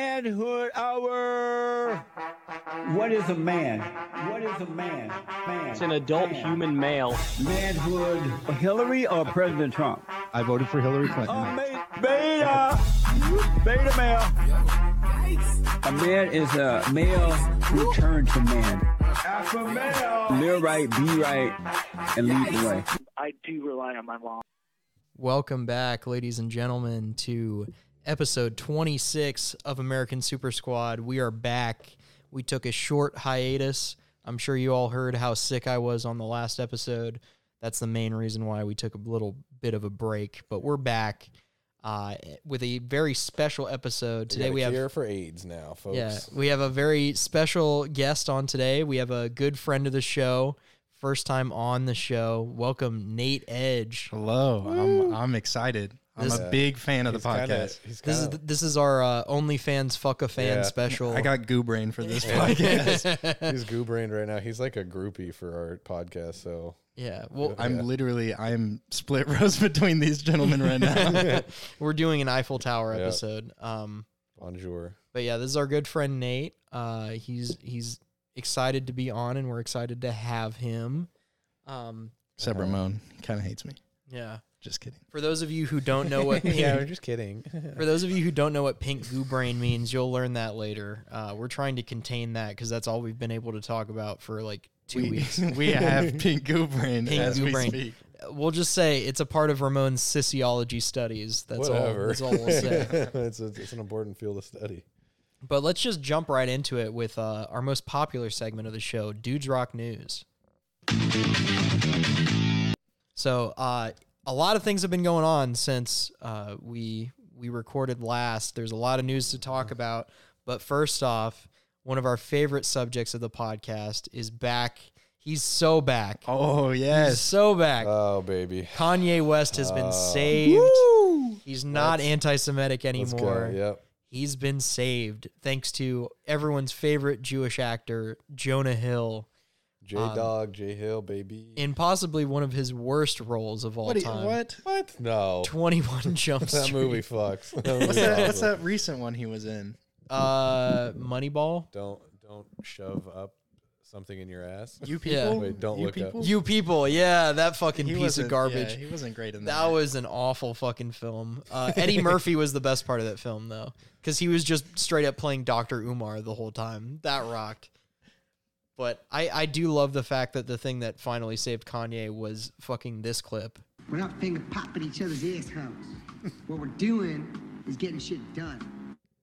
Manhood Hour. What is a man? What is a man? Man. It's an adult man. human male. Manhood. Hillary or President Trump? I voted for Hillary Clinton. Oh, ma- beta. Beta male. A man is a male who turns to man. Alpha male. Live right, be right, and lead the way. I do rely on my mom. Welcome back, ladies and gentlemen, to episode 26 of American Super Squad. We are back. We took a short hiatus. I'm sure you all heard how sick I was on the last episode. That's the main reason why we took a little bit of a break, but we're back uh, with a very special episode. Today got a we have cure for AIDS now, folks. yeah, we have a very special guest on today. We have a good friend of the show, first time on the show. Welcome Nate Edge. Hello. I'm, I'm excited. I'm This- a big fan of the He's kinda- podcast. he's This is kinda- this is our uh, OnlyFans fuck a fan Yeah. special. I got goo brain for this podcast. he's goo brained right now. He's like a groupie for our podcast. So yeah. Well, I'm literally I'm split rows between these gentlemen right now. we're doing an Eiffel Tower Yeah. episode. Um, bonjour. but yeah, this is our good friend Nate. Uh, he's he's excited to be on, and we're excited to have him. Um, Except Ramon kind of hates me. yeah. Just kidding. For those of you who don't know what pink, yeah, we're just kidding. for those of you who don't know what pink goo brain means, you'll learn that later. Uh, we're trying to contain that because that's all we've been able to talk about for like two We, weeks. we have pink goo brain Pink as goo we brain. speak. We'll just say it's a part of Ramon's sociology studies. That's all. Whatever. That's all we'll say. it's, a, it's an important field of study. But let's just jump right into it with uh, our most popular segment of the show, Dudes Rock News. So, uh, a lot of things have been going on since uh, we we recorded last. There's a lot of news to talk about. But first off, one of our favorite subjects of the podcast is back. He's so back. Oh He's yes. Uh, so back. Oh baby, Kanye West has Uh, been saved. He's not anti-Semitic let's go. anymore Yep. he's been saved thanks to everyone's favorite Jewish actor, Jonah Hill, J Dog, J Hill, baby. in possibly one of his worst roles of all What, do you- time. what? what? No, 21 Jump that Street. movie fucks. That movie What's that, what's awesome. that recent one he was in? Uh, Moneyball? Don't don't shove up something in your ass. You people. Yeah. Wait, don't you look up. people? You people, yeah, that fucking He piece wasn't- of garbage. yeah, he wasn't great in that that. was an awful fucking film. Uh, Eddie Murphy was the best part of that film, though, because he was just straight up playing Dr. Umar the whole time. That rocked. But I, I do love the fact that the thing that finally saved Kanye was fucking this clip. We're not finger popping each other's assholes. what we're doing is getting shit done.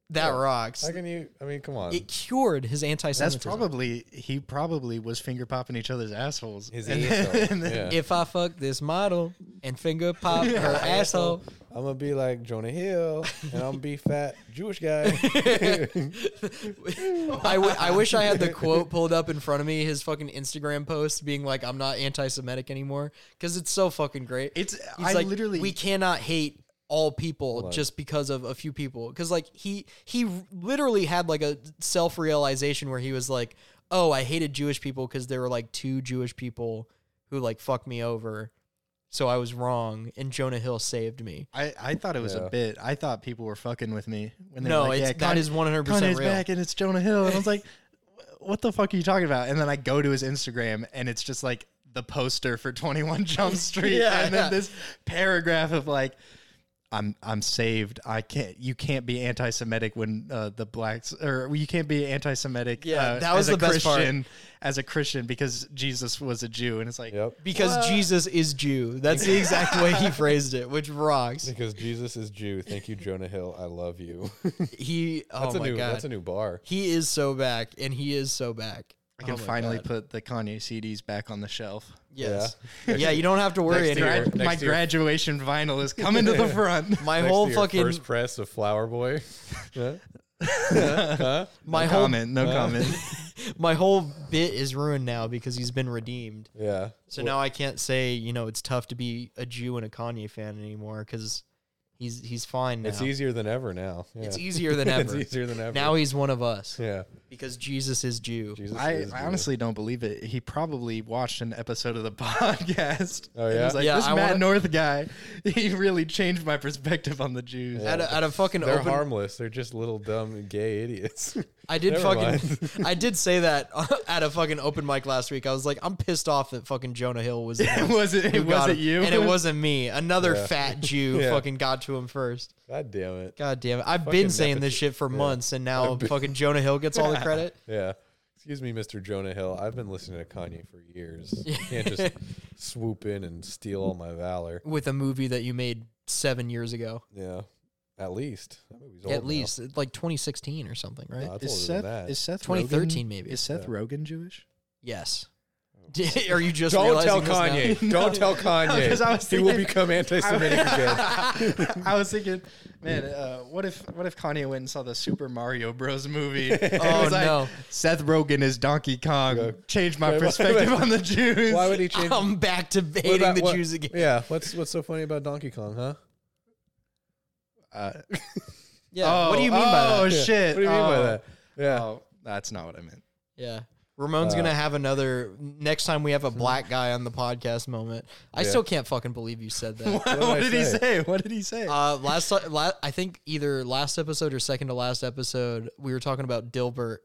That rocks. How can you? I mean, come on. It cured his Oh. That's anti-Semitism. probably he probably was finger popping each other's assholes. His And asshole. and then- Yeah. If I fuck this model and finger pop her asshole, I'm gonna be like Jonah Hill, and I'm gonna be fat Jewish guy. I, w- I wish I had the quote pulled up in front of me. His fucking Instagram post being like, "I'm not anti-Semitic anymore," because it's so fucking great. It's- He's I like, literally- we cannot hate all people just because of a few people. Because like he he literally had like a self realization where he was like, "Oh, I hated Jewish people because there were like two Jewish people who like fucked me over." So I was wrong, and Jonah Hill saved me. I, I thought it was a bit. I thought people were fucking with me when they No, were like, it's- yeah, that Kanye- is 100% Kanye's real. back and it's Jonah Hill, and I was like, "Wh- what the fuck are you talking about? And then I go to his Instagram and it's just like the poster for Twenty One Jump Street, Yeah, and then yeah. this paragraph of like. I'm I'm saved. I can't. You can't be anti-Semitic when uh, the blacks, or you can't be anti-Semitic. Yeah, uh, that was as a the best part. Christian, As a Christian, because Jesus was a Jew, and it's like, yep. Because Jesus is Jew. That's the exact way he phrased it, which rocks. Because Jesus is Jew. Thank you, Jonah Hill. I love you. He oh that's a my new. god. That's a new bar. He is so back, and he is so back. Oh I can finally put the Kanye CDs back on the shelf. Yes. Yeah, you don't have to worry Next year. anymore. Grad- Next my year. graduation vinyl is coming to the front. My Next whole to your fucking first press of Flower Boy. my no whole comment. No comment. my whole bit is ruined now because he's been redeemed. Yeah. So now I can't say you know it's tough to be a Jew and a Kanye fan anymore because he's he's fine now. It's easier than ever now. Yeah. It's easier than ever. it's easier than ever. Now he's one of us yeah. because Jesus is Jew. Jesus I, is I Jew. honestly don't believe it. He probably watched an episode of the podcast. Oh, and yeah? was like, Yeah, this I Matt wanna- North guy, he really changed my perspective on the Jews. At a, at a fucking They're open, harmless. They're just little dumb gay idiots. I did Never fucking, I did say that at a fucking open mic last week. I was like, I'm pissed off that fucking Jonah Hill was. It wasn't. It wasn't you. and it wasn't me. Another Yeah. fat Jew Yeah. fucking got to him first. God damn it. God damn it! I've Fucking been saying this nepotism. shit for Yeah. months, and now I've been- fucking Jonah Hill gets all the credit. Yeah. Excuse me, Mr. Jonah Hill. I've been listening to Kanye for years. You can't just swoop in and steal all my valor. with a movie that you made seven years ago, Yeah. At least. That movie's old at now. least like 2016 or something, right? Oh, Nah, it's Is older Seth, than that. is Seth 2013 Rogen- maybe. Is Seth Rogen Jewish? yes. Are you just Oh. Don't realizing tell this now? Kanye. Don't tell Kanye. 'cause I was he will thinking- become anti-Semitic again. I was thinking, man, uh, what if what if Kanye went and saw the Super Mario Bros. movie? And it Oh, was like, no. Seth Rogen is Donkey Kong. Yeah. Changed my Wait, wait, perspective wait. on the Jews. Why would he change? I'm back to What hating about- the what- Jews again. Yeah. What's what's so funny about Donkey Kong, huh? Uh, Yeah. what do you mean by that? Oh shit! What do you mean by Oh. that? Yeah. Oh, that's not what I meant. Yeah. Ramon's Uh, gonna have another next time we have a black guy on the podcast moment. I Yeah. still can't fucking believe you said that. What, did I did he say? say? What did he say? Uh, last, la- I think either last episode or second to last episode, we were talking about Dilbert,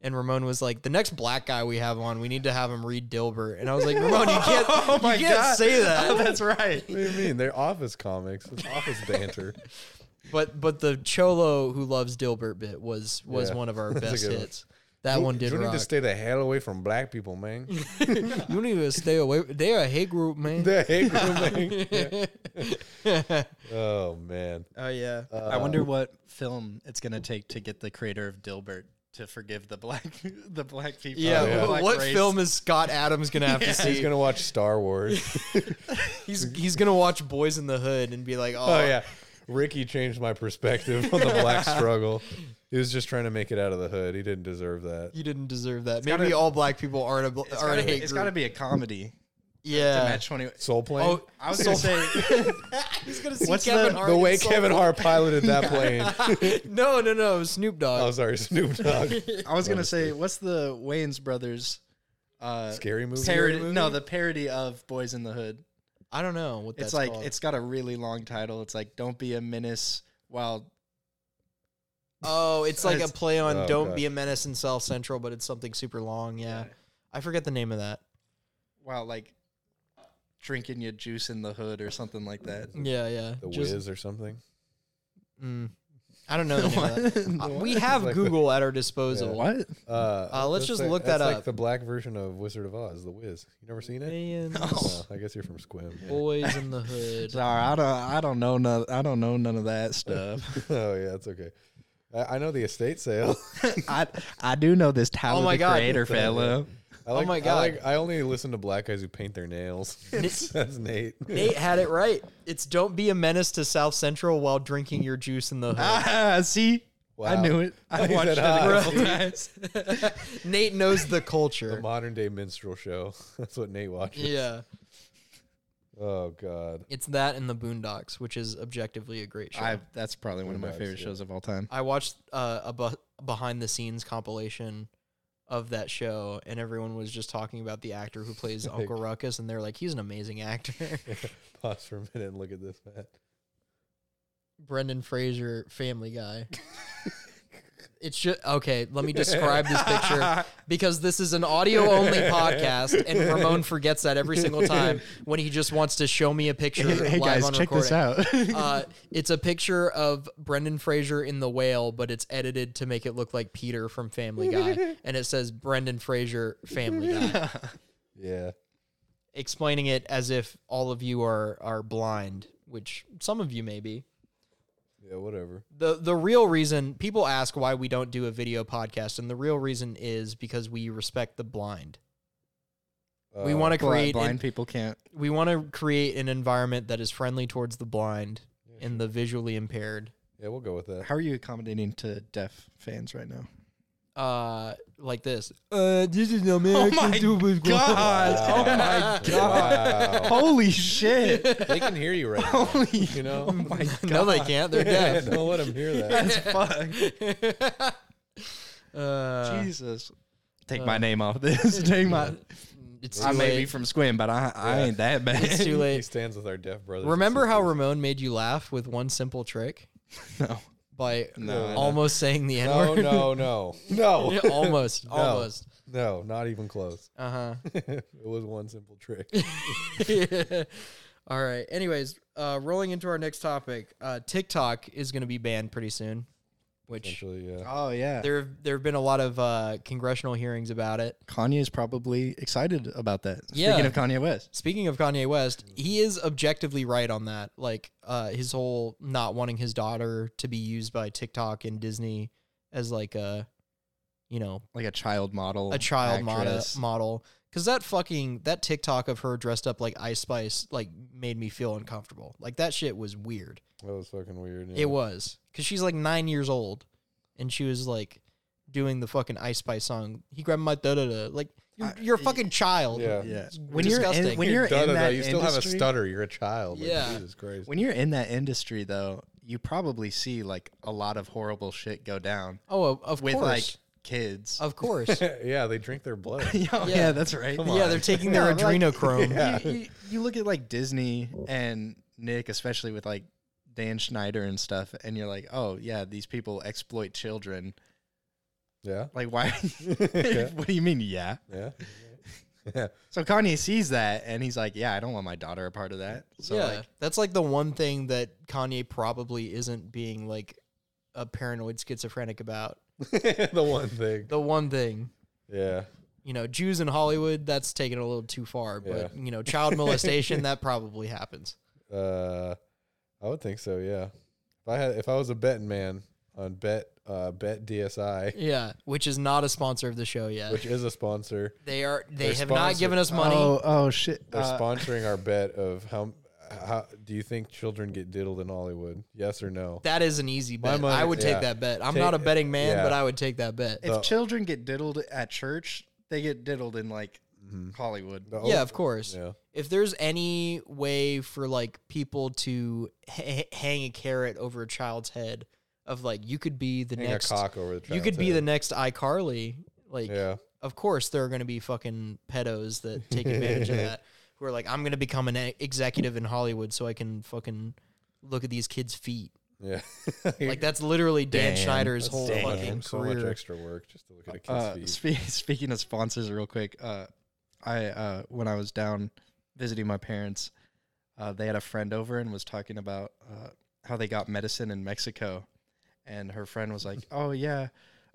and Ramon was like, "The next black guy we have on, we need to have him read Dilbert." And I was like, "Ramon, you can't, oh my you can't god! say Oh, that." that's right. What do you mean? They're office comics. It's office banter. But but the Cholo who loves Dilbert bit was was Yeah. one of our That's a best good one. hits. That one did You rock. need to stay the hell away from black people, man. you need to stay away. They're a hate group, man. the hate group, man. oh man. Oh yeah. Uh, I wonder what film it's gonna take to get the creator of Dilbert to forgive the black the black people. Yeah, the wh- black what race. film is Scott Adams gonna have to see? He's gonna watch Star Wars. He's he's gonna watch Boys in the Hood and be like, oh, oh yeah. Ricky changed my perspective on the black struggle. He was just trying to make it out of the hood. He didn't deserve that. you didn't deserve that. Maybe gotta- all black people aren't a bl- It's aren't gotta, a be, hate it's group. gotta be a comedy to yeah. match twenty. Soul plane. Oh, I was gonna say he's gonna see What's Kevin the- Hart. the in way Soul Kevin Plane. Hart piloted that plane. No, no, no. it was Snoop oh, Dogg. sorry, Snoop Dogg. I was gonna say what's the Wayans brothers uh, Scary movie. parody? No, the parody of Boys in the Hood. I don't know what that's It's like called. it's got a really long title. It's like don't be a menace while oh, it's like a it's- play on Oh, "Don't God. Be a Menace" in South Central, but it's something super long. Yeah, I forget the name of that. while like drinking your juice in the hood or something like that. Yeah, yeah. The Just- Wiz or something. mm, I don't know the name of that. Uh, we have Like the- Google at our disposal. What? Uh, Uh, let's that's just like- look that's that like up. The black version of Wizard of Oz, The Wiz. You never seen it? Man's Oh, I guess you're from Squim. Boys in the Hood. Sorry, I don't. I don't know. None, I don't know none of that stuff. oh yeah, that's okay. I, I know the estate sale. I I do know this Tyler Oh my the God. Creator fella. I like, Oh my I God. like- I only listen to black guys who paint their nails. that's Nate. Nate had it right. It's don't be a menace to South Central while drinking your juice in the hood. Ah, see, I Wow. knew it. I He watched it said, a "Ah." uh, couple times. Nate knows the The culture. modern day minstrel show. That's what Nate watches. Yeah. Oh god. It's that and the Boondocks, which is objectively a great show. I, I, that's probably one of my favorite shows of all time. watched uh, a bu- behind the scenes compilation of that show, and everyone was just talking about the actor who plays Uncle Ruckus, and they're like, he's an amazing actor. Pause for a minute and look at this man. Brendan Fraser, Family Guy. It's just okay. Let me describe this picture because this is an audio only podcast, and Ramon forgets that every single time when he just wants to show me a picture. live on recording. Uh, it's a picture of Brendan Fraser in The Whale, but it's edited to make it look like Peter from Family Guy, and it says Brendan Fraser, Family Guy, Yeah. explaining it as if all of you are are blind, which some of you may be Yeah, whatever. the the real reason people ask why we don't do a video podcast and the real reason is because we respect the blind we Uh, want to Blind, create blind an, people can't. we want to create an environment that is friendly towards the blind and the visually impaired Yeah, we'll go with that. How are you accommodating to deaf fans right now? uh like this uh this is american my stupid God. oh my Wow. Holy shit! they can hear you right now. Holy, You Oh know? my god! no they can't they're deaf Don't let them hear that. That's fucked. uh, Jesus. Take my name off this. Take my. It's Uh, too I may late. be from Squim, but I, I Yeah. ain't that bad. it's too He late. stands with our deaf brothers. and Remember how sisters. Ramon made you laugh with one simple trick no. by No, I know. almost saying the N No, word? no, no, no, almost, almost. no, not even close. Uh huh. it was one simple trick. All right. Anyways, uh, rolling into our next topic, uh, TikTok is going to be banned pretty soon, which Essentially, yeah. Oh yeah. there there have been a lot of uh, congressional hearings about it. Kanye's probably excited about that. Yeah. Speaking of Kanye West. Speaking of Kanye West, he is objectively right on that. Like uh, his whole not wanting his daughter to be used by TikTok and Disney as like a, you know, Like a child model. a child model actress. model because that fucking that TikTok of her dressed up like Ice Spice like made me feel uncomfortable. Like that shit was weird. That was fucking weird. yeah. It was because she's like nine years old, and she was like doing the fucking Ice Spice song. He grabbed my da da da. Like you're, I- you're a fucking child. Yeah. Yeah. It's When you're in, disgusting. when you're in Da-da-da, that you still have a industry- stutter. You're a child. Like, Yeah. Jesus Christ. When you're in that industry, though, you probably see like a lot of horrible shit go down Oh, of, of with course, like kids. of course. yeah, they drink their blood. yeah, Yeah. that's right. yeah, they're taking their No, like- adrenochrome. Yeah. You, you, you look at like Disney and Nick, especially with like Dan Schneider and stuff, and you're like, oh yeah, these people exploit children. yeah, Like, why? Yeah. what do you mean? Yeah. yeah, yeah. So Kanye sees that and he's like, yeah, I don't want my daughter a part of that. So yeah, like, that's like the one thing that Kanye probably isn't being like a paranoid schizophrenic about. the one thing. The one thing, Yeah, you know, Jews in Hollywood, that's taken a little too far. But Yeah. you know, child molestation, that probably happens. uh, I would think so. Yeah, if I had, if I was a betting man on bet, uh, bet DSI, Yeah, which is not a sponsor of the show yet. which is a sponsor, they are they they're have not sponsored. given us money. Oh, oh shit. they're Uh, sponsoring our bet of how, how do you think children get diddled in Hollywood? Yes or no? That is an easy bet. money- I would take yeah. that bet. I'm Take- not a betting man, yeah. but I would take that bet. if children get diddled at church, they get diddled in like Hollywood. The yeah, ul- of course. Oh. Yeah. If there's any way for like people to ha- hang a carrot over a child's head of like you could be the Hang next a cock over the. you could child's be the head. next iCarly. Like Yeah. of course there are going to be fucking pedos that take advantage of that who are like i'm going to become an e- executive in hollywood so i can fucking look at these kids feet Yeah. like that's literally dan Damn. schneider's That's whole damn. fucking so career much extra work just to look at a kid's Uh, feet. spe- speaking of sponsors, real quick, uh, I uh, when I was down visiting my parents, uh, they had a friend over and was talking about uh, how they got medicine in Mexico, and her friend was like, "Oh yeah."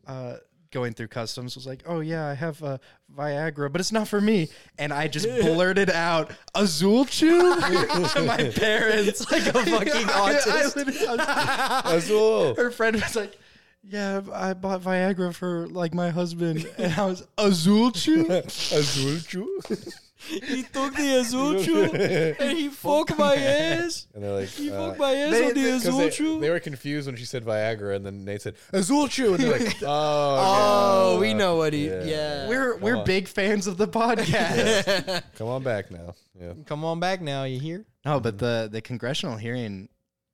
Uh, Going through customs was like, oh yeah, I have uh, Viagra, but it's not for me. And I just blurted out Azul Chew to my parents, Like a fucking I- I autist. literally- I was- Azul. her friend was like, "Yeah, I bought Viagra for like my husband," and I was Azulchu. Azul Chu. he took the azuchu and he fucked my ass And they're like, he uh, fucked my ass they- on the 'cause they- They, azuchu were confused when she said Viagra, and then Nate said Azul Chu, and they're like, "Oh, oh no, we uh, know what he yeah. yeah, We're we're big fans of the podcast. Come on back now." Yeah, come on back now you hear No, but the the congressional hearing,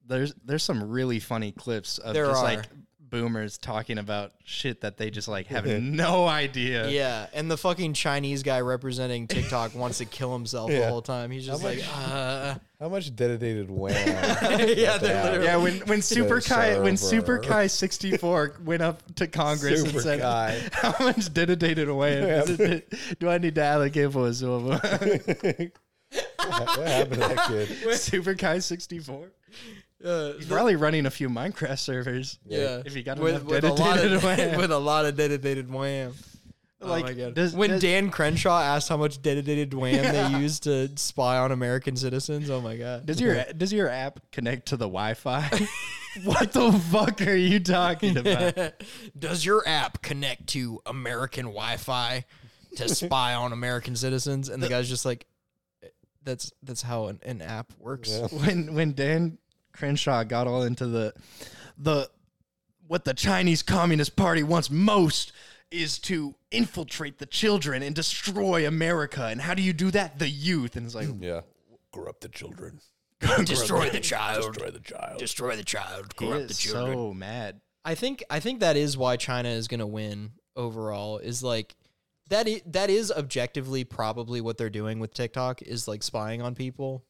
there's there's some really funny clips of There just are. like boomers talking about shit that they just like have no idea. yeah, and the fucking Chinese guy representing TikTok wants to kill himself the Yeah. whole time. He's just like, uh, how much dedicated wham? yeah, they're literally Yeah, when when Super Yeah, Kai when server. Super Kai sixty four went up to Congress Super and said, Kai. "How much dedicated away is it- do I need to allocate for Azul?" what happened to that kid? Super Kai sixty four. Uh, He's probably running a few Minecraft servers. yeah, If you got with, enough with a lot dedicated of wham. with a lot of dedicated wham. Like, oh my god! does- when does- Dan Crenshaw asked how much dedicated wham they used to spy on American citizens, oh my god! Does your does your app connect to the Wi-Fi? what the fuck are you talking about? Does your app connect to American Wi-Fi to spy on American citizens? And the guy's just like, "That's that's how an, an app works." when when Dan Crenshaw got all into the the what the Chinese Communist Party wants most is to infiltrate the children and destroy America. And how do you do that? The youth. And it's like Yeah, corrupt the children, Destroy the child. destroy the child. Destroy the child. he is so mad. I think I think that is why China is going to win overall is like that. I- that is objectively probably what they're doing with TikTok is like spying on people.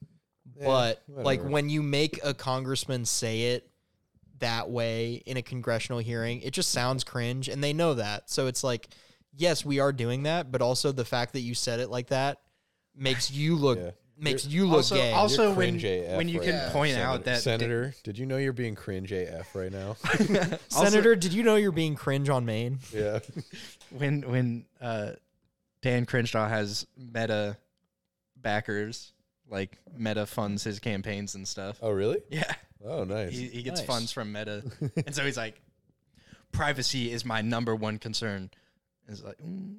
but like whatever. when you make a congressman say it that way in a congressional hearing, it just sounds cringe, and they know that. So it's like, yes, we are doing that, but also the fact that you said it like that makes you look Yeah. makes you look also, gay. also when, cringe AF when you right can now, point Senator- out that Senator, did you know you're being cringe AF right now? also- Senator, did you know you're being cringe on Maine? yeah. when when uh, Dan Crenshaw has Meta backers, like Meta funds his campaigns and stuff. Oh, really? Yeah, Oh, nice. he, he gets Nice. funds from Meta, and so he's like, "Privacy is my number one concern." It's like mm,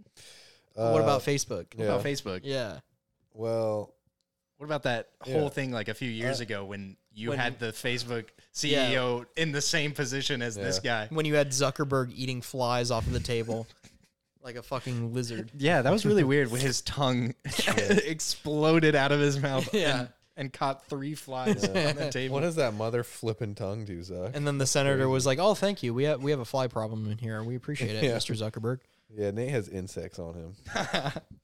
what Uh, about Facebook? what about Facebook. Yeah. Well, What about that Yeah. whole thing like a few Uh, years ago when you when- had the Facebook Yeah. CEO in the same position as this guy? When you had Zuckerberg eating flies off of the table like a fucking lizard. Yeah, that was really weird. When his tongue exploded out of his mouth, Yeah. and, and caught three flies on the table. what does that mother flipping tongue do, Zach? And then the senator was like, "Oh, thank you. We have we have a fly problem in here. We appreciate it, Yeah. Mr. Zuckerberg." yeah, Nate has insects on him.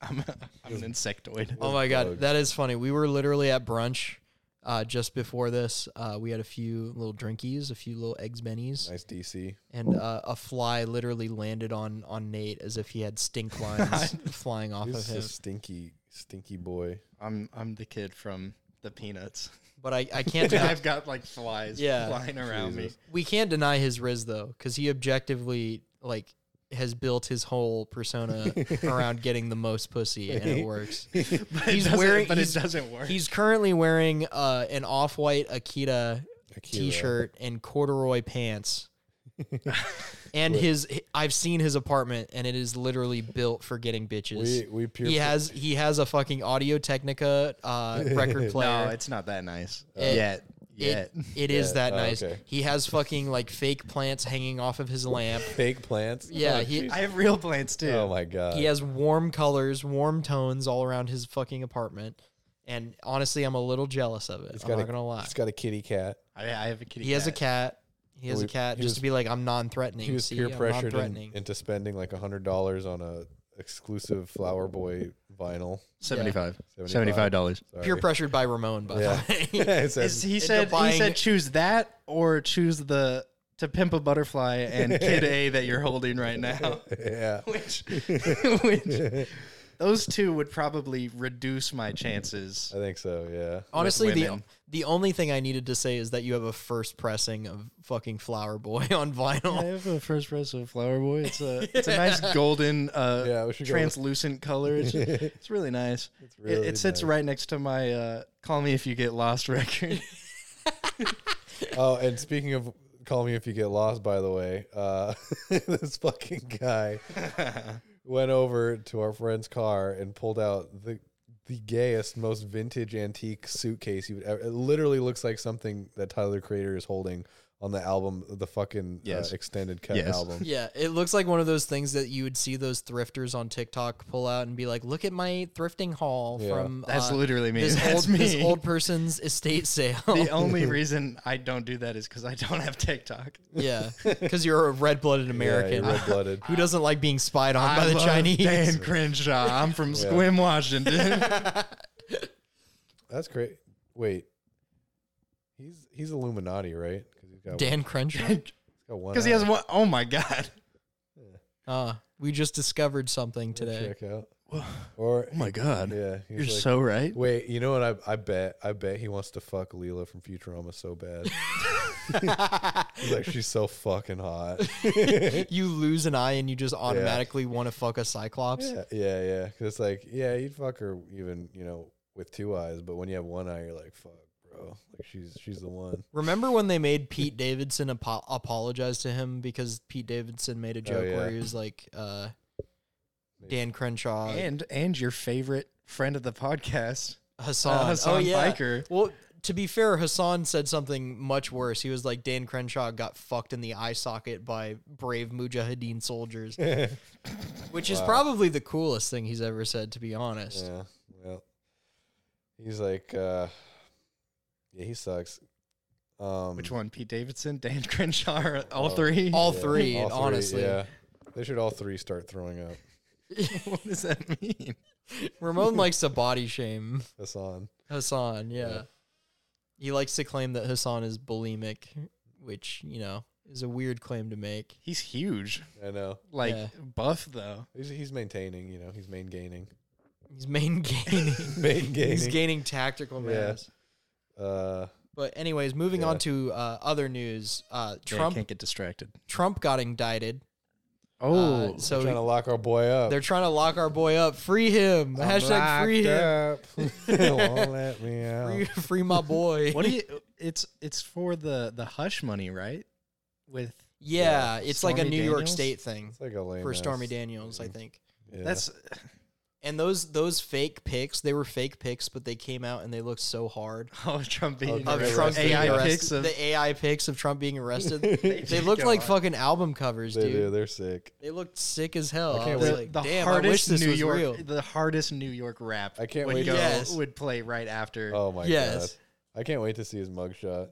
I'm, a, I'm an insectoid. Oh my god, bugs. that is funny. We were literally at brunch uh, just before this. Uh, we had a few little drinkies, a few little eggs bennies, Nice DC. and uh, a fly literally landed on on Nate as if he had stink lines flying off of He's him. a stinky, stinky boy. I'm I'm the kid from the Peanuts. But I I can't deny I've got like flies Yeah. flying around Jesus. me. we can't deny his riz though, because he objectively like has built his whole persona around getting the most pussy, and it works. But He's it doesn't- wearing- but he's- it doesn't work. He's currently wearing uh, an off-white Akita Akira. t-shirt and corduroy pants. and his I've seen his apartment and it is literally built for getting bitches. We we peer he has he has a fucking Audio Technica uh, record player. no, it's not that nice Uh, It- yet. it, Yet. it is Yeah. that Oh, nice. okay. He has fucking like fake plants hanging off of his lamp. fake plants. Yeah, Oh, he- Jesus. I have real plants too. oh my god. He has warm colors, warm tones all around his fucking apartment. And honestly, I'm a little jealous of it. He's I'm got not a- gonna lie. He's got a kitty cat. I, I have a kitty. He has a cat. He has Well, a cat he just was- to be like, I'm non-threatening. He was See, peer I'm pressured in- non-threatening. into spending like a hundred dollars on a exclusive Flower Boy vinyl. seventy five. $75. Seventy five dollars. Peer Sorry. pressured by Ramon, by Yeah. the way. It says- He up said he buying- said choose that or choose the to pimp a butterfly and kid A that you're holding right now. yeah. which, which those two would probably reduce my chances. I think so. Yeah. Honestly, the women. the only thing I needed to say is that you have a first pressing of fucking Flower Boy on I vinyl. have a first press of Flower Boy. It's a it's a nice golden uh, Yeah, we should go with- translucent color. It's, it's really nice. It- really it, sits nice. right next to my uh, "Call Me If You Get Lost" record. Oh, and speaking of call me if you get lost, by the way, uh, this fucking guy went over to our friend's car and pulled out the the gayest, most vintage antique suitcase you would ever. It literally looks like something that Tyler the Creator is holding on the album, the fucking Yes. uh, extended cut Yes. album. yeah, it looks like one of those things that you would see those thrifters on TikTok pull out and be like, "Look at my thrifting haul Yeah. from That's uh, literally me. this That's old me. this old person's estate sale." the Oh. only reason I don't do that is because I don't have TikTok. yeah, because you're a red-blooded Yeah, American red blooded. who doesn't like being spied on I by the love Chinese. Dan Crenshaw. I'm from Squim, Washington. That's great. Wait, he's he's Illuminati, right? Because he's got Dan Crenshaw. he's got one. Because he has one oh my god. Uh, we just discovered something today. check out. Or Oh my god. yeah, he's You're like- so right. Wait, you know what? I, I bet I bet he wants to fuck Leela from Futurama so bad. He's like, she's so fucking hot. you lose an eye and you just automatically want to fuck a cyclops. yeah, yeah, yeah. 'Cause it's like, yeah, you'd fuck her even you know with two eyes, but when you have one eye, you're like, fuck, bro. Like she's she's the one. Remember when they made Pete Davidson apo- apologize to him because Pete Davidson made a joke where Oh, yeah. he was like, uh, Dan Crenshaw, and and your favorite friend of the podcast. Hassan. uh, oh, Hassan yeah. Biker. Well, to be fair, Hassan said something much worse. He was like, Dan Crenshaw got fucked in the eye socket by brave Mujahideen soldiers, which is probably the coolest thing he's ever said, to be honest. Yeah. Well, he's like, uh, yeah, he sucks. Um, Which one? Pete Davidson, Dan Crenshaw, or all Oh, three? All yeah, three, honestly. Yeah. They should all three start throwing up. what does that mean? Ramon likes to body shame Hassan. Hassan. Yeah. he likes to claim that Hassan is bulimic, which you know is a weird claim to make. He's huge. I know. Like Yeah. buff though. He's, he's maintaining, you know, he's main gaining. He's main gaining. Main He's gaining. gaining tactical Yeah. mass. uh, But anyways, moving Yeah. on to uh, other news. Uh, Yeah, I Trump can't get distracted. Trump got indicted. Oh, uh, trying to so lock our boy up. they're trying to lock our boy up. Free him. Hashtag free him. him. Won't let me Free, out. free my boy. what do you? It's it's for the the hush money, right? With yeah, it's like a Stormy New York Daniels? State thing It's like a lame for ass- Stormy Daniels, I think. Yeah. that's And those those fake pics, they were fake pics, but they came out and they looked so hard. oh Trump being Of Of arrested. Trump being AI arrested, pics of the AI pics of Trump being arrested. they just looked go like on. fucking album covers, they dude. do. They're sick. They looked sick as hell. I can't I was the, like, the damn, I hardest wish this New was York real. the hardest New York rap I can't would wait to- go- Yes. would play right after. Oh my Yes. god. I can't wait to see his mugshot.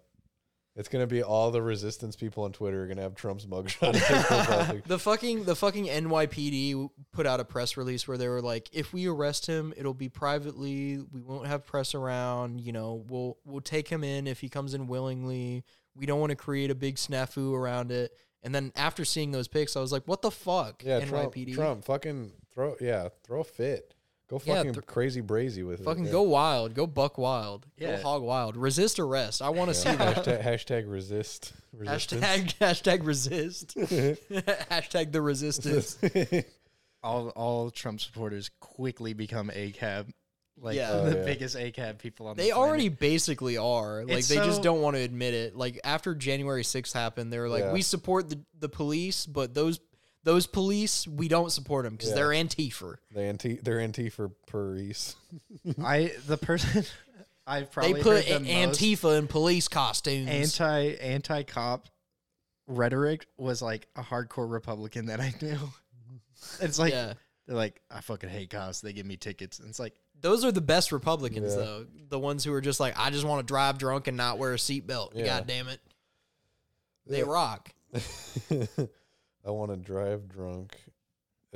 It's gonna be all the resistance people on Twitter are gonna have Trump's mugshot. as their profile pic. The fucking the fucking NYPD put out a press release where they were like, if we arrest him, it'll be privately. We won't have press around. You know, we'll we'll take him in if he comes in willingly. We don't want to create a big snafu around it. And then after seeing those pics, I was like, what the fuck, yeah, Trump, NYPD? Trump, fucking throw, yeah, throw a fit. Go Yeah, fucking thr- crazy brazy with Fucking it. go wild, go buck wild, Yeah. go hog wild, resist arrest. I want to see that. hashtag, hashtag resist. Resistance. Hashtag hashtag resist. hashtag the resistance. All all Trump supporters quickly become ACAB, like Yeah. Oh, the yeah. biggest ACAB people on. They the planet. already basically are. Like It's they just so- don't want to admit it. Like after January 6th happened, they were like, Yeah. "We support the, the police, but those those police, we don't support them because Yeah. they're Antifa. They anti, they're anti for Paris. I the person I've probably they put heard the a- most Antifa in police costumes. anti anti cop rhetoric was like a hardcore Republican that I knew. It's like Yeah. they're like I fucking hate cops. They give me tickets. And it's like those are the best Republicans, Yeah. though. The ones who are just like, "I just want to drive drunk and not wear a seatbelt." Yeah. God damn it, they Yeah. rock. I want to drive drunk.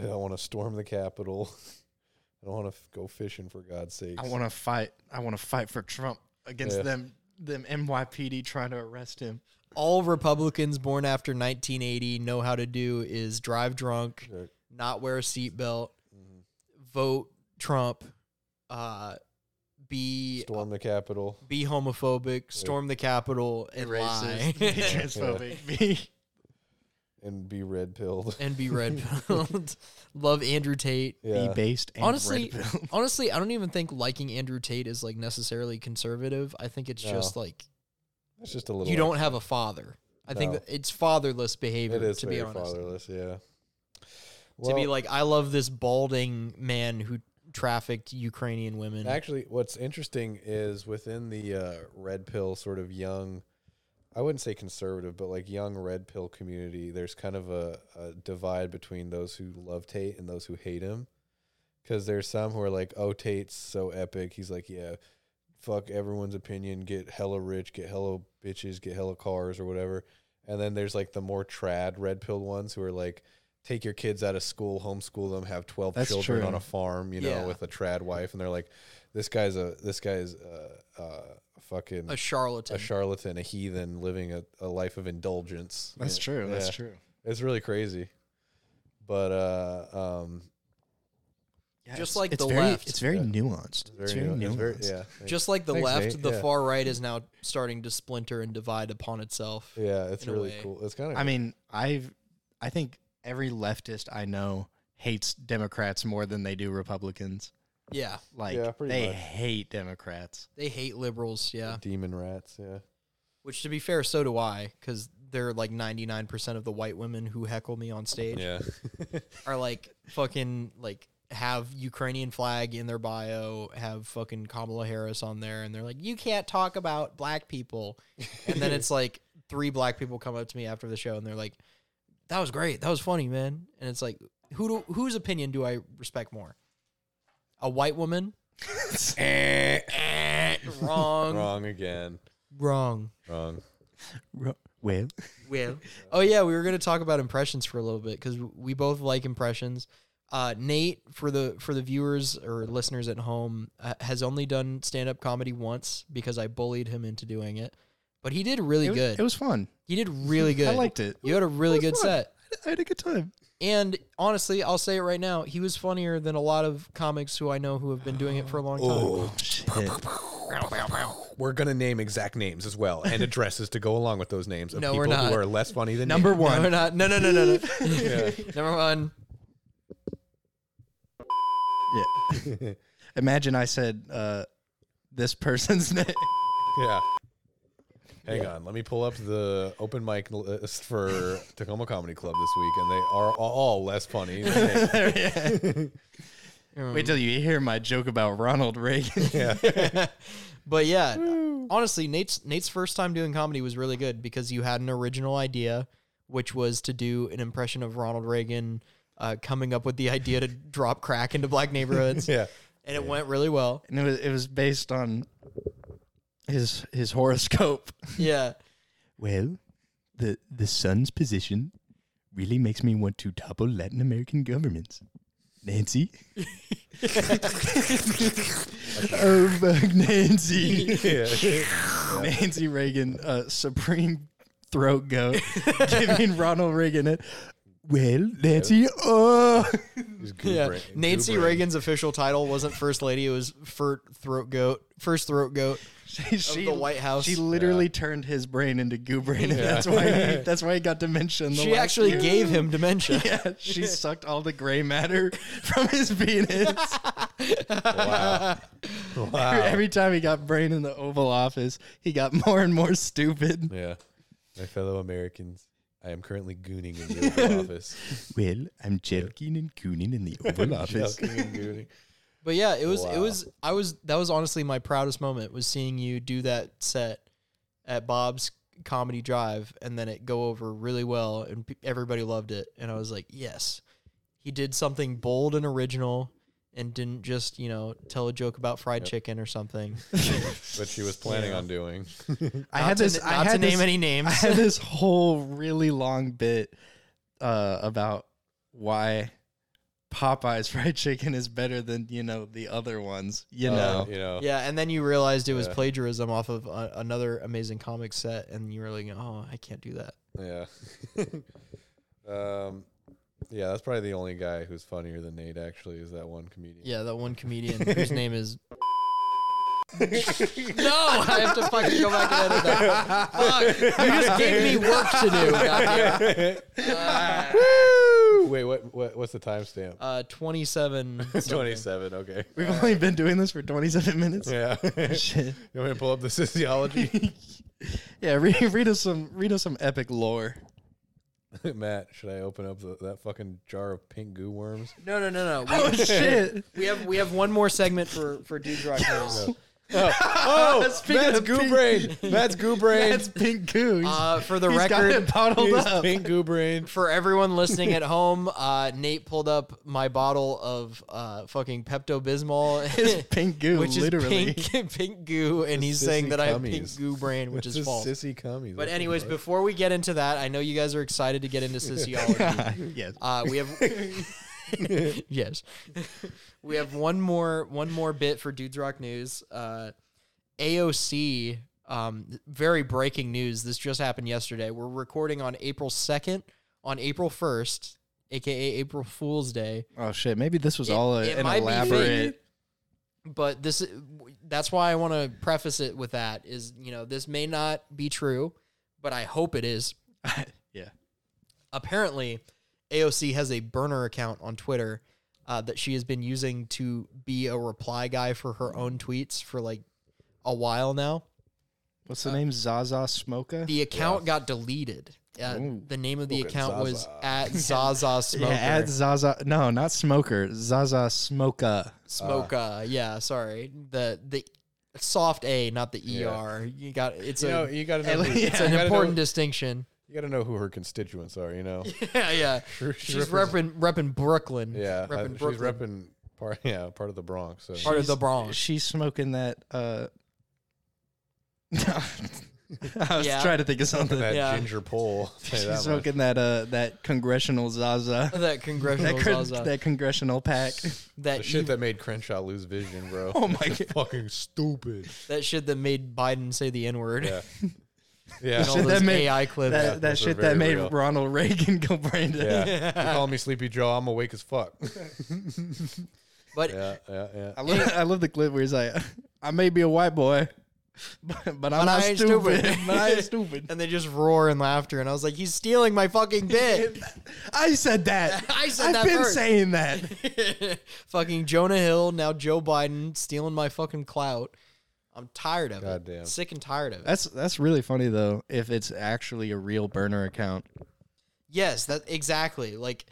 I want to storm the Capitol. I want to f- go fishing for God's sake. I want to fight. I want to fight for Trump against Yeah. them. Them NYPD trying to arrest him. all Republicans born after 1980 know how to do is drive drunk, Right. not wear a seatbelt, Mm-hmm. vote Trump, uh, be storm the Capitol. be homophobic, storm the Capitol, and lie, Racist, be transphobic, be and be red pilled. and be red pilled. Love Andrew Tate. Yeah. be based. And Honestly, red pill. honestly, I don't even think liking Andrew Tate is like necessarily conservative. I think it's just No. like It's just a little. you don't have a father. I think No. that it's fatherless It behavior. is to very be honest. fatherless. Yeah. to be Well, like, I love this balding man who trafficked Ukrainian women. Actually, what's interesting is within the uh, red pill sort of young, I wouldn't say conservative, but like young red pill community, there's kind of a, a divide between those who love Tate and those who hate him. Because there's some who are like, oh, Tate's so epic. He's like, yeah, fuck everyone's opinion, get hella rich, get hella bitches, get hella cars or whatever. And then there's like the more trad red pill ones who are like, take your kids out of school, homeschool them, have 12 That's children true. on a farm, you know, Yeah. with a trad wife. And they're like, this guy's a, this guy's uh uh fucking a charlatan. a charlatan, a heathen living a, a life of indulgence. that's Yeah. true. That's Yeah. true. It's really crazy. But uh um Yeah, Just it's- like it's the very, left. It's very Yeah. nuanced. it's It's very nu- nuanced. it's very- yeah. thank- Just like the Thanks, left, Nate. the Yeah. far right is now starting to splinter and divide upon itself. yeah, it's in a really way. cool. It's kind of I mean, I've I think every leftist I know hates Democrats more than they do Republicans. Yeah. Like Yeah, pretty they much. hate Democrats. They hate liberals. Yeah. demon rats, yeah. Which, to be fair, so do I, because they're like 99% of the white women who heckle me on stage Yeah. are like fucking like have Ukrainian flag in their bio, have fucking Kamala Harris on there, and they're like, you can't talk about black people. And then it's like three black people come up to me after the show and they're like, that was great. That was funny, man. And it's like, who do, whose opinion do I respect more? A white woman? wrong. Wrong again. Wrong. Wrong. Well, Well, oh yeah, we were gonna talk about impressions for a little bit because we both like impressions. Uh, Nate, for the for the viewers or listeners at home, uh, has only done stand up comedy once because I bullied him into doing it, but he did really it was, good. It was fun. he did really good. I liked it. You had a really It was good fun. set. I had a good time. And honestly, I'll say it right now, he was funnier than a lot of comics who I know who have been doing it for a long time. Oh. we're gonna name exact names as well and addresses to go along with those names of No, we're people not. who are less funny than Number Nate. No, one. we're not. No, no, no, no, no. Number one. Yeah. Imagine I said uh, this person's name. Yeah. Hang on, let me pull up the open mic list for Tacoma Comedy Club this week, and they are all less funny. than Nate. Wait till you hear my joke about Ronald Reagan. But yeah, honestly, Nate's Nate's first time doing comedy was really good because you had an original idea, which was to do an impression of Ronald Reagan uh, coming up with the idea to drop crack into black neighborhoods, yeah. and it went really well. and it was it was based on his his horoscope. Yeah, Well, the the sun's position really makes me want to topple Latin American governments. Nancy. oh fuck, Nancy. Nancy Reagan, uh, supreme throat goat, giving Ronald Reagan it. Well, Nancy, oh, He's goobering- yeah. Nancy goobering. Reagan's official title wasn't first lady; it was fur throat goat, first throat goat. she, she- the White House. She literally turned his brain into goo brain, and that's why he, that's why he got dementia. In the She last actually year. gave him dementia. Yeah, she sucked all the gray matter from his penis. Wow. wow. Every time he got brain in the Oval Office, he got more and more stupid. Yeah. My fellow Americans, I am currently gooning in the Oval Office. Well, I'm jelking and cooning in the Oval Joking and gooning. But yeah, it was it Wow. was I was that was honestly my proudest moment was seeing you do that set at Bob's comedy drive and then it go over really well and pe- everybody loved it and I was like, "Yes. He did something bold and original and didn't just, you know, tell a joke about fried chicken or something." But she was planning on doing. I Not had to this. n- I not had to name this- any names. I had this whole really long bit uh, about why Popeye's fried chicken is better than you know the other ones. You know, you know. yeah, and then you realized it was Oh. Yeah. plagiarism off of uh, another amazing comic set and you were like, "Oh, I can't do that." Yeah. um, yeah, that's probably the only guy who's funnier than Nate. Actually, is that one comedian? Yeah, that one comedian whose name is. no, I have to fucking go back and edit that. Fuck, you just gave me work to do. goddamn. Woo! Wait, what? What? What's the timestamp? Uh, twenty-seven. something. Twenty-seven. Okay. we've only been doing this for 27 minutes. Yeah. you Shit. want me to pull up the sociology? Yeah, read, read us some read us some epic lore. Matt, should I open up the, that fucking jar of pink goo worms? No, no, no, no. Oh shit! We, we have we have one more segment for for dude rock news. Oh, Speaking Matt's of goo pink- brain. Matt's goo brain. That's pink goo. He's- Uh, for the he's got record, it bottled He's up. pink goo brain. for everyone listening at home, uh, Nate pulled up my bottle of uh, fucking Pepto It's Bismol. pink goo, Which literally. is pink, pink goo, and he's Sissy saying that I have pink cummies. goo brain, which is This false. Sissy commies. But anyways, before we get into that, I know you guys are excited to get into sociology. yes. uh, we have yes, we have one more one more bit for Dudes Rock News. Uh, AOC, um, very breaking news. This just happened yesterday. We're recording on April second. On April first, aka April Fool's Day, Oh shit! Maybe this was It- all a, it an might be elaborate. but this that's why I want to preface it with that is you know this may not be true, but I hope it is. yeah. apparently AOC has a burner account on Twitter uh, that she has been using to be a reply guy for her own tweets for like a while now. What's the name? Zaza Smoka. The account got deleted. Uh, Ooh. the name of the Look at account was Zaza. at Zaza Smoker. Yeah, add Zaza. No, not Smoker. Zaza Smoka. Uh, Smoka. uh, yeah, sorry. The the soft A, not the ER. You got it's you a know, you gotta know. who- it's you an gotta important Know, distinction. you gotta know who her constituents are. You know. yeah, yeah. She She's represents- repping repping Brooklyn. Yeah, I- repping she's Brooklyn. repping part. Yeah, part of the Bronx. So. Part of the Bronx. She's smoking that. uh I was Yeah. trying to think of something. That Yeah. ginger pole. I'll tell you She's that much. smoking that uh that congressional Zaza. That congressional That, con- Zaza. that congressional pack. that The shit ev- that made Crenshaw lose vision, bro. Oh my It's God. Fucking stupid. that shit that made Biden say the N word. Yeah. Yeah. all Shit those that made- AI clips. That, those that are shit very that made real. Ronald Reagan go brain dead. Yeah. You call me Sleepy Joe, I'm awake as fuck. but yeah, yeah, yeah. I love I love the clip where he's like, I may be a white boy, but, but I'm not I ain't stupid. stupid. but I ain't stupid. and they just roar in laughter, and I was like, he's stealing my fucking bit. I said that. I said I've that been first. saying that. fucking Jonah Hill, now Joe Biden stealing my fucking clout. I'm tired of it. Goddamn. Sick and tired of it. That's that's really funny though. If it's actually a real burner account, Yes, that exactly. Like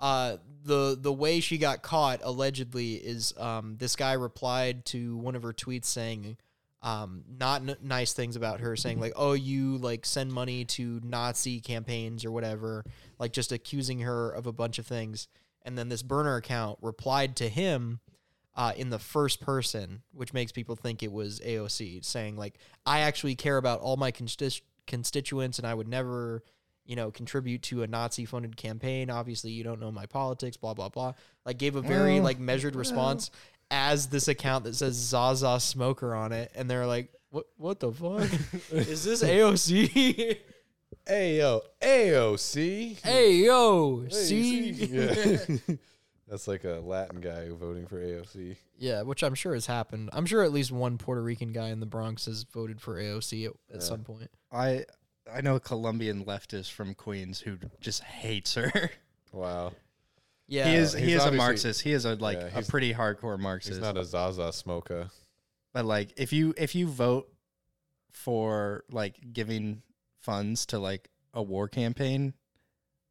uh the the way she got caught allegedly is um this guy replied to one of her tweets saying um not n- nice things about her saying like oh you like send money to Nazi campaigns or whatever, like just accusing her of a bunch of things. And then this burner account replied to him uh, in the first person, which makes people think it was AOC saying like, "I actually care about all my constis- constituents, and I would never, you know, contribute to a Nazi-funded campaign." Obviously, you don't know my politics, blah blah blah. Like, gave a very like measured response as this account that says Zaza Smoker on it, and they're like, "What? What the fuck? Is this AOC? Ayo, AOC. hey yo, AOC. see." Yeah. That's like a Latin guy voting for AOC. Yeah, which I'm sure has happened. I'm sure at least one Puerto Rican guy in the Bronx has voted for AOC at, at some point. I I know a Colombian leftist from Queens who just hates her. Wow. Yeah, he is he's he is a obviously- Marxist. He is a like Yeah, a he's- pretty hardcore He's Marxist. not a Zaza smoker. but like if you if you vote for like giving funds to like a war campaign,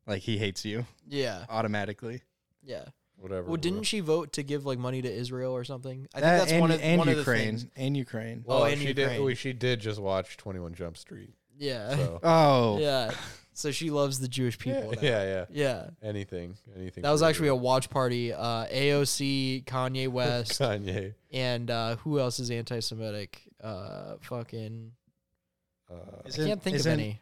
like he hates you yeah, automatically. yeah. Whatever. Well, bro. didn't she vote to give like money to Israel or something? I think That that's and, one of and one of the Ukraine things. and Ukraine. Oh, and she did. Ukraine. well, she did just watch Twenty One Jump Street. Yeah, So Oh, yeah. So she loves the Jewish yeah, people. yeah, now. yeah. Yeah. Anything, anything. That was actually a watch party. Uh, AOC, Kanye West, Kanye. and uh, who else is anti-Semitic? Uh, fucking, Uh, I can't think of any.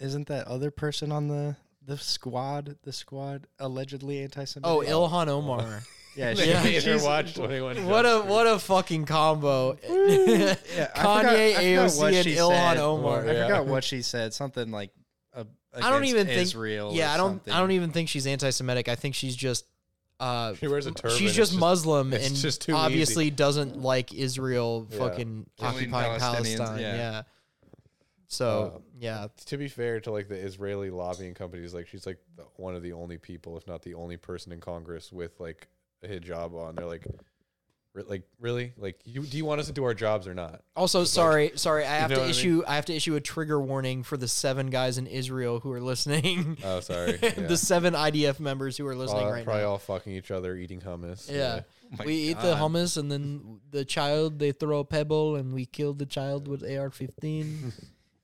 Isn't that other person on the the squad? The squad allegedly anti-Semitic. Oh, Ilhan Omar. yeah, she Yeah. made her she's- watch Twenty One. what a what a fucking combo. Kanye, Yeah, I forgot- I forgot AOC, what and she Ilhan said. Omar. I Yeah. forgot what she said. Something like, uh, I don't against even think Israel. Yeah, or I don't. something. I don't even think she's anti-Semitic. I think she's just. Uh, She wears a turban. she's It's just Muslim it's and just too obviously dousn't like Israel Yeah. fucking Killing occupying Palestinians, Palestine. yeah. Yeah. So Uh, yeah, to be fair to like the Israeli lobbying companies, like she's like the, one of the only people, if not the only person in Congress with like a hijab on. They're like, re- like really, like you do you want us to do our jobs or not? Also, sorry, sorry. I have know what to I mean? issue. I, have to issue a trigger warning for the seven guys in Israel who are listening. Oh, sorry. Yeah. the seven IDF members who are listening All- right probably now. all fucking each other, eating hummus. yeah. my we eat the hummus and then the child they throw a pebble and we kill the child with AR-15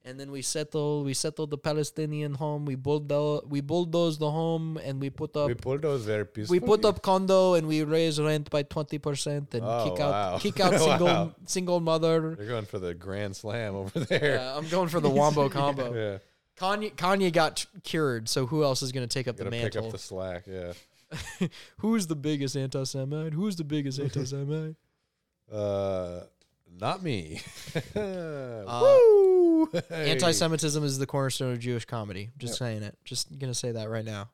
and then we settle we settle the Palestinian home we bulldoze we bulldoze the home and we put up we bulldoze their peacefully. we put up condo and we raise rent by 20% and Oh, kick out wow. kick out single Wow. single mother They're going for the grand slam over there. yeah, I'm going for the wombo combo. yeah. Kanye, Kanye got t- cured, so who else is going to take up the Gotta pick mantle? up the slack. Yeah. Who's the biggest anti-Semite? Who's the biggest anti-Semite? Uh, not me. Uh, Woo! Hey. Anti-Semitism is the cornerstone of Jewish comedy. Just saying it. Just gonna say that right now.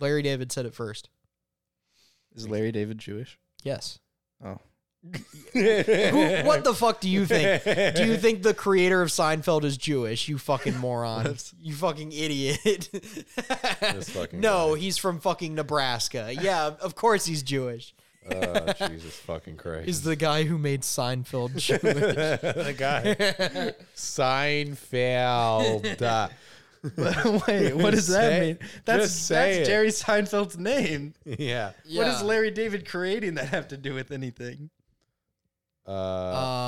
Larry David said it first. Is Larry David Jewish? Yes. Oh, Who, what the fuck do you think? Do you think the creator of Seinfeld is Jewish? You fucking moron. you fucking idiot. fucking no, he's from fucking Nebraska. Yeah, of course he's Jewish. Oh, Jesus fucking Christ. Is the guy who made Seinfeld Jewish? the guy Seinfeld. wait, what does that Say- mean? That's just say that's it. Jerry Seinfeld's name. yeah. What Yeah. does Larry David creating that have to do with anything? Uh,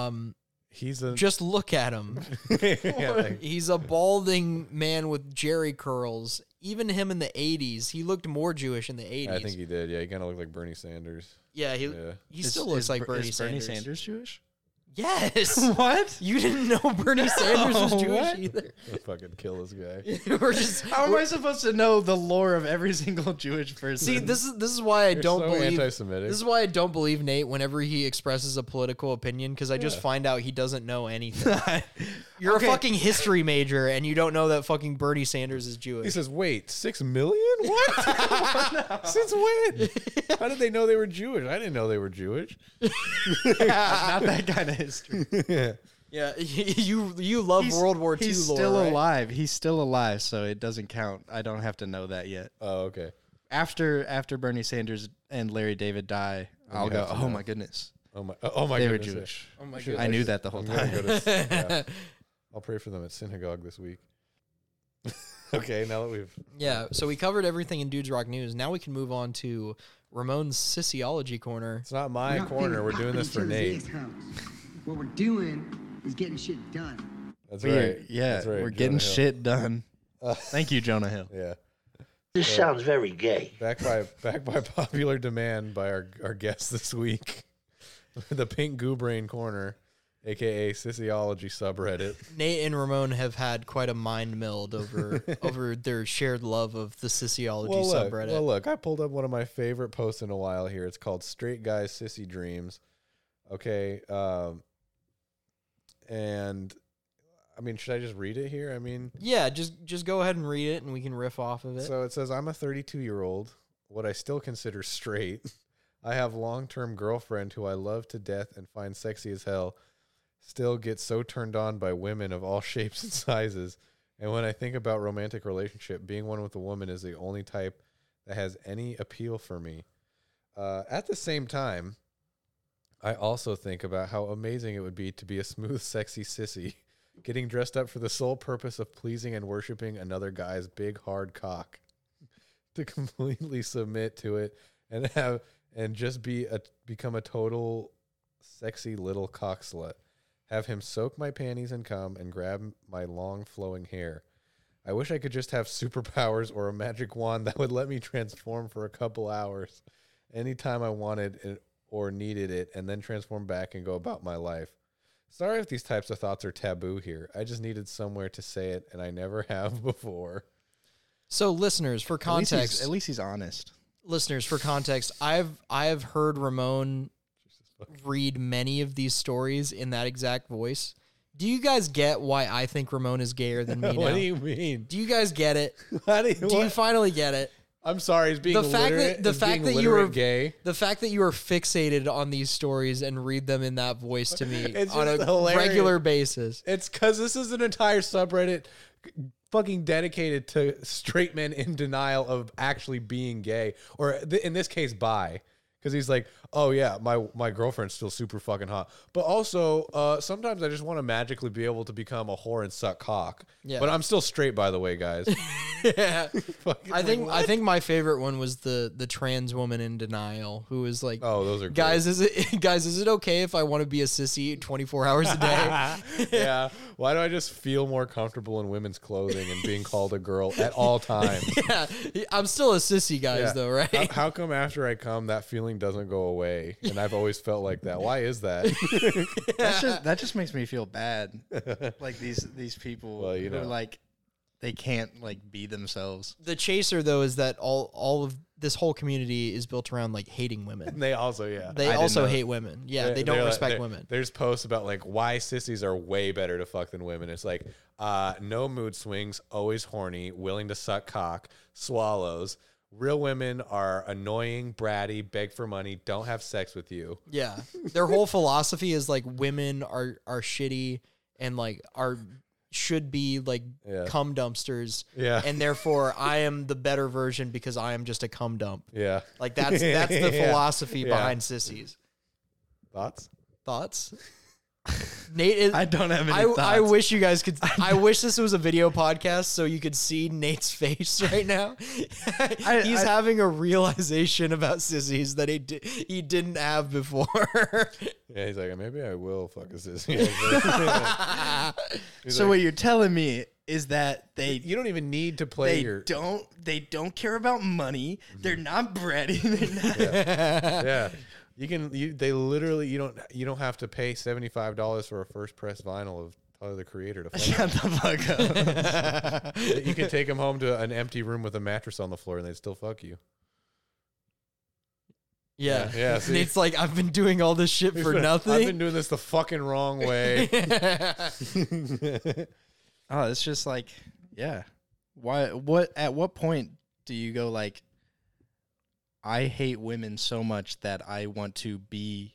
Um, he's a just look at him. yeah, like, He's a balding man with jerry curls. Even him in the 80s, he looked more Jewish in the 80s. I think he did. Yeah, he kind of looked like Bernie Sanders. yeah, he Yeah. he still looks like Br- Bernie, is Sanders. Bernie Sanders Jewish? Yes. What? you didn't know Bernie Sanders was Oh, Jewish what? either. Let's fucking kill this guy. we're just How am I supposed to know the lore of every single Jewish person? See, this is this is why I You're don't so believe anti-Semitic. This is why I don't believe Nate whenever he expresses a political opinion because I just find out he doesn't know anything. You're Okay. a fucking history major and you don't know that fucking Bernie Sanders is He Jewish. says, "Wait, six million? What? Since when? How did they know they were Jewish? I didn't know they were Jewish." not that kind of history. yeah, you you love He's- World War II He's lore. still right? alive. He's still alive, so it doesn't count. I don't have to know that yet. Oh, okay. After after Bernie Sanders and Larry David die, I'll you go. have to Oh know." my goodness, Oh my. Oh my. they were goodness. Jewish. Oh my Shit, god. I knew just- that the whole I'm gonna time. go to- yeah. I'll pray for them at synagogue this week. okay, now that we've Yeah, so we covered everything in Dudes Rock News. Now we can move on to Ramon's Sissyology Corner. it's not my Not corner. being We're doing popping this each for other's Nate. assholes. What we're doing is getting shit done. That's We are- right. yeah, That's right, we're Jonah getting Hill. shit done. Uh, Thank you, Jonah Hill. Yeah. This sounds very gay. Back by back by popular demand by our our guest this week, the Pink Goo Brain Corner, aka Sissyology subreddit. Nate and Ramon have had quite a mind meld over over their shared love of the Sissyology well, look, subreddit. Well, look, I pulled up one of my favorite posts in a while here. It's called "Straight Guys Sissy Dreams." Okay, um, and I mean, should I just read it here? I mean, Yeah, just just go ahead and read it, and we can riff off of it. So it says, I'm a 32 year old, what I still consider straight. I have long term girlfriend who I love to death and find sexy as hell. Still get so turned on by women of all shapes and sizes. And when I think about romantic relationship, being one with a woman is the only type that has any appeal for me. Uh, at the same time, I also think about how amazing it would be to be a smooth, sexy sissy, getting dressed up for the sole purpose of pleasing and worshiping another guy's big, hard cock, to completely submit to it and have and just be a become a total sexy little cock slut. Have him soak my panties and come and grab my long flowing hair. I wish I could just have superpowers or a magic wand that would let me transform for a couple hours anytime I wanted it or needed it and then transform back and go about my life. Sorry if these types of thoughts are taboo here. I just needed somewhere to say it and I never have before. So, listeners, for At least he's- context, At least he's honest. listeners, for context, I've I have heard Ramon read many of these stories in that exact voice. Do you guys get why I think Ramon is gayer than me now? What do Do you, you mean? guys get it? How do you, Do you what? finally get it? I'm sorry, is being The fact literate- that the is fact being that you literate were gay. the fact that you are fixated on these stories and read them in that voice to me It's on a just hilarious. regular basis. It's because this is an entire subreddit fucking dedicated to straight men in denial of actually being gay, or th- in this case, bi. Because he's like, oh yeah, my my girlfriend's still super fucking hot, but also uh, sometimes I just want to magically be able to become a whore and suck cock. Yeah. But I'm still straight, by the way, guys. Yeah. Fucking I think like, I think my favorite one was the the trans woman in denial who was like oh, those are Guys, is it guys, is it okay if I want to be a sissy 24 hours a day? great. yeah. Why do I just feel more comfortable in women's clothing and being called a girl at all times? yeah. I'm still a sissy guys Yeah. though, right? How, how come after I come that feeling doesn't go away? And I've always felt like that. Why is that? That's just that just makes me feel bad. like these these people Well, you who are know. like they can't like be themselves. the chaser though is that all all of this whole community is built around like hating women. they also, yeah. They didn't also know. hate women. Yeah, They're- they, don't they're like- respect they're- women. There's posts about like why sissies are way better to fuck than women. It's like uh, no mood swings, always horny, willing to suck cock, swallows. Real women are annoying, bratty, beg for money, don't have sex with you. yeah. Their whole philosophy is like women are are shitty and like are should be like Yeah. cum dumpsters. Yeah. And therefore I am the better version because I am just a cum dump. Yeah. Like that's that's the Yeah. philosophy Yeah. behind sissies. Thoughts? Thoughts? Nate is, I don't have any I, thoughts. I wish you guys could I wish this was a video podcast so you could see Nate's face right now. I- He's having a realization about sissies that he di- he didn't have before. Yeah, he's like, maybe I will fuck a sissy. so what you're telling me is that they you don't even need to play they your Mm-hmm. don't they don't care about money. They're not bratty. They're not yeah. You can you they literally you don't you don't have to pay seventy five dollars for a first press vinyl of Tyler the Creator to find Shut the fuck up. out. you can take them home to an empty room with a mattress on the floor and they'd still fuck Yeah. you. Yeah, yeah, see? it's like I've been doing all this shit for I've nothing. been doing this the fucking wrong way. Oh, it's just like, yeah. Why? What? At what point do you go like? I hate women so much that I want to be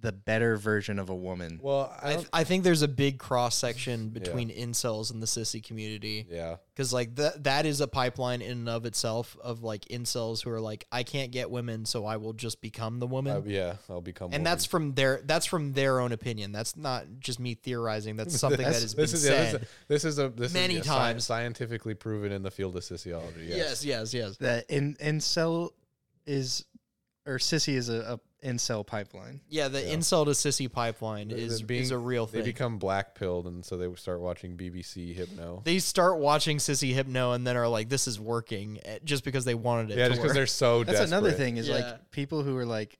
the better version of a woman. well, I I, don't- I think there's a big cross section between incels and the sissy community yeah. because like that that is a pipeline in and of itself of like incels who are like I can't get women so I will just become the woman I- yeah, I'll become and woman. that's from their that's from their own opinion that's not just me theorizing that's something that That's- has been is, yeah, said this is a this is, many yeah, sci- times. scientifically proven in the field of sociology. yes Yes. yes yes That in incel is, or sissy is a, a incel pipeline. yeah the incel to sissy pipeline The- is the being- is a real thing They become black pilled, and so they start watching BBC Hypno. they start watching Sissy Hypno and then are like, "This is working," eh, just because they wanted it. yeah, to just because work. they're so. That's another desperate. thing is Yeah. like people who are like,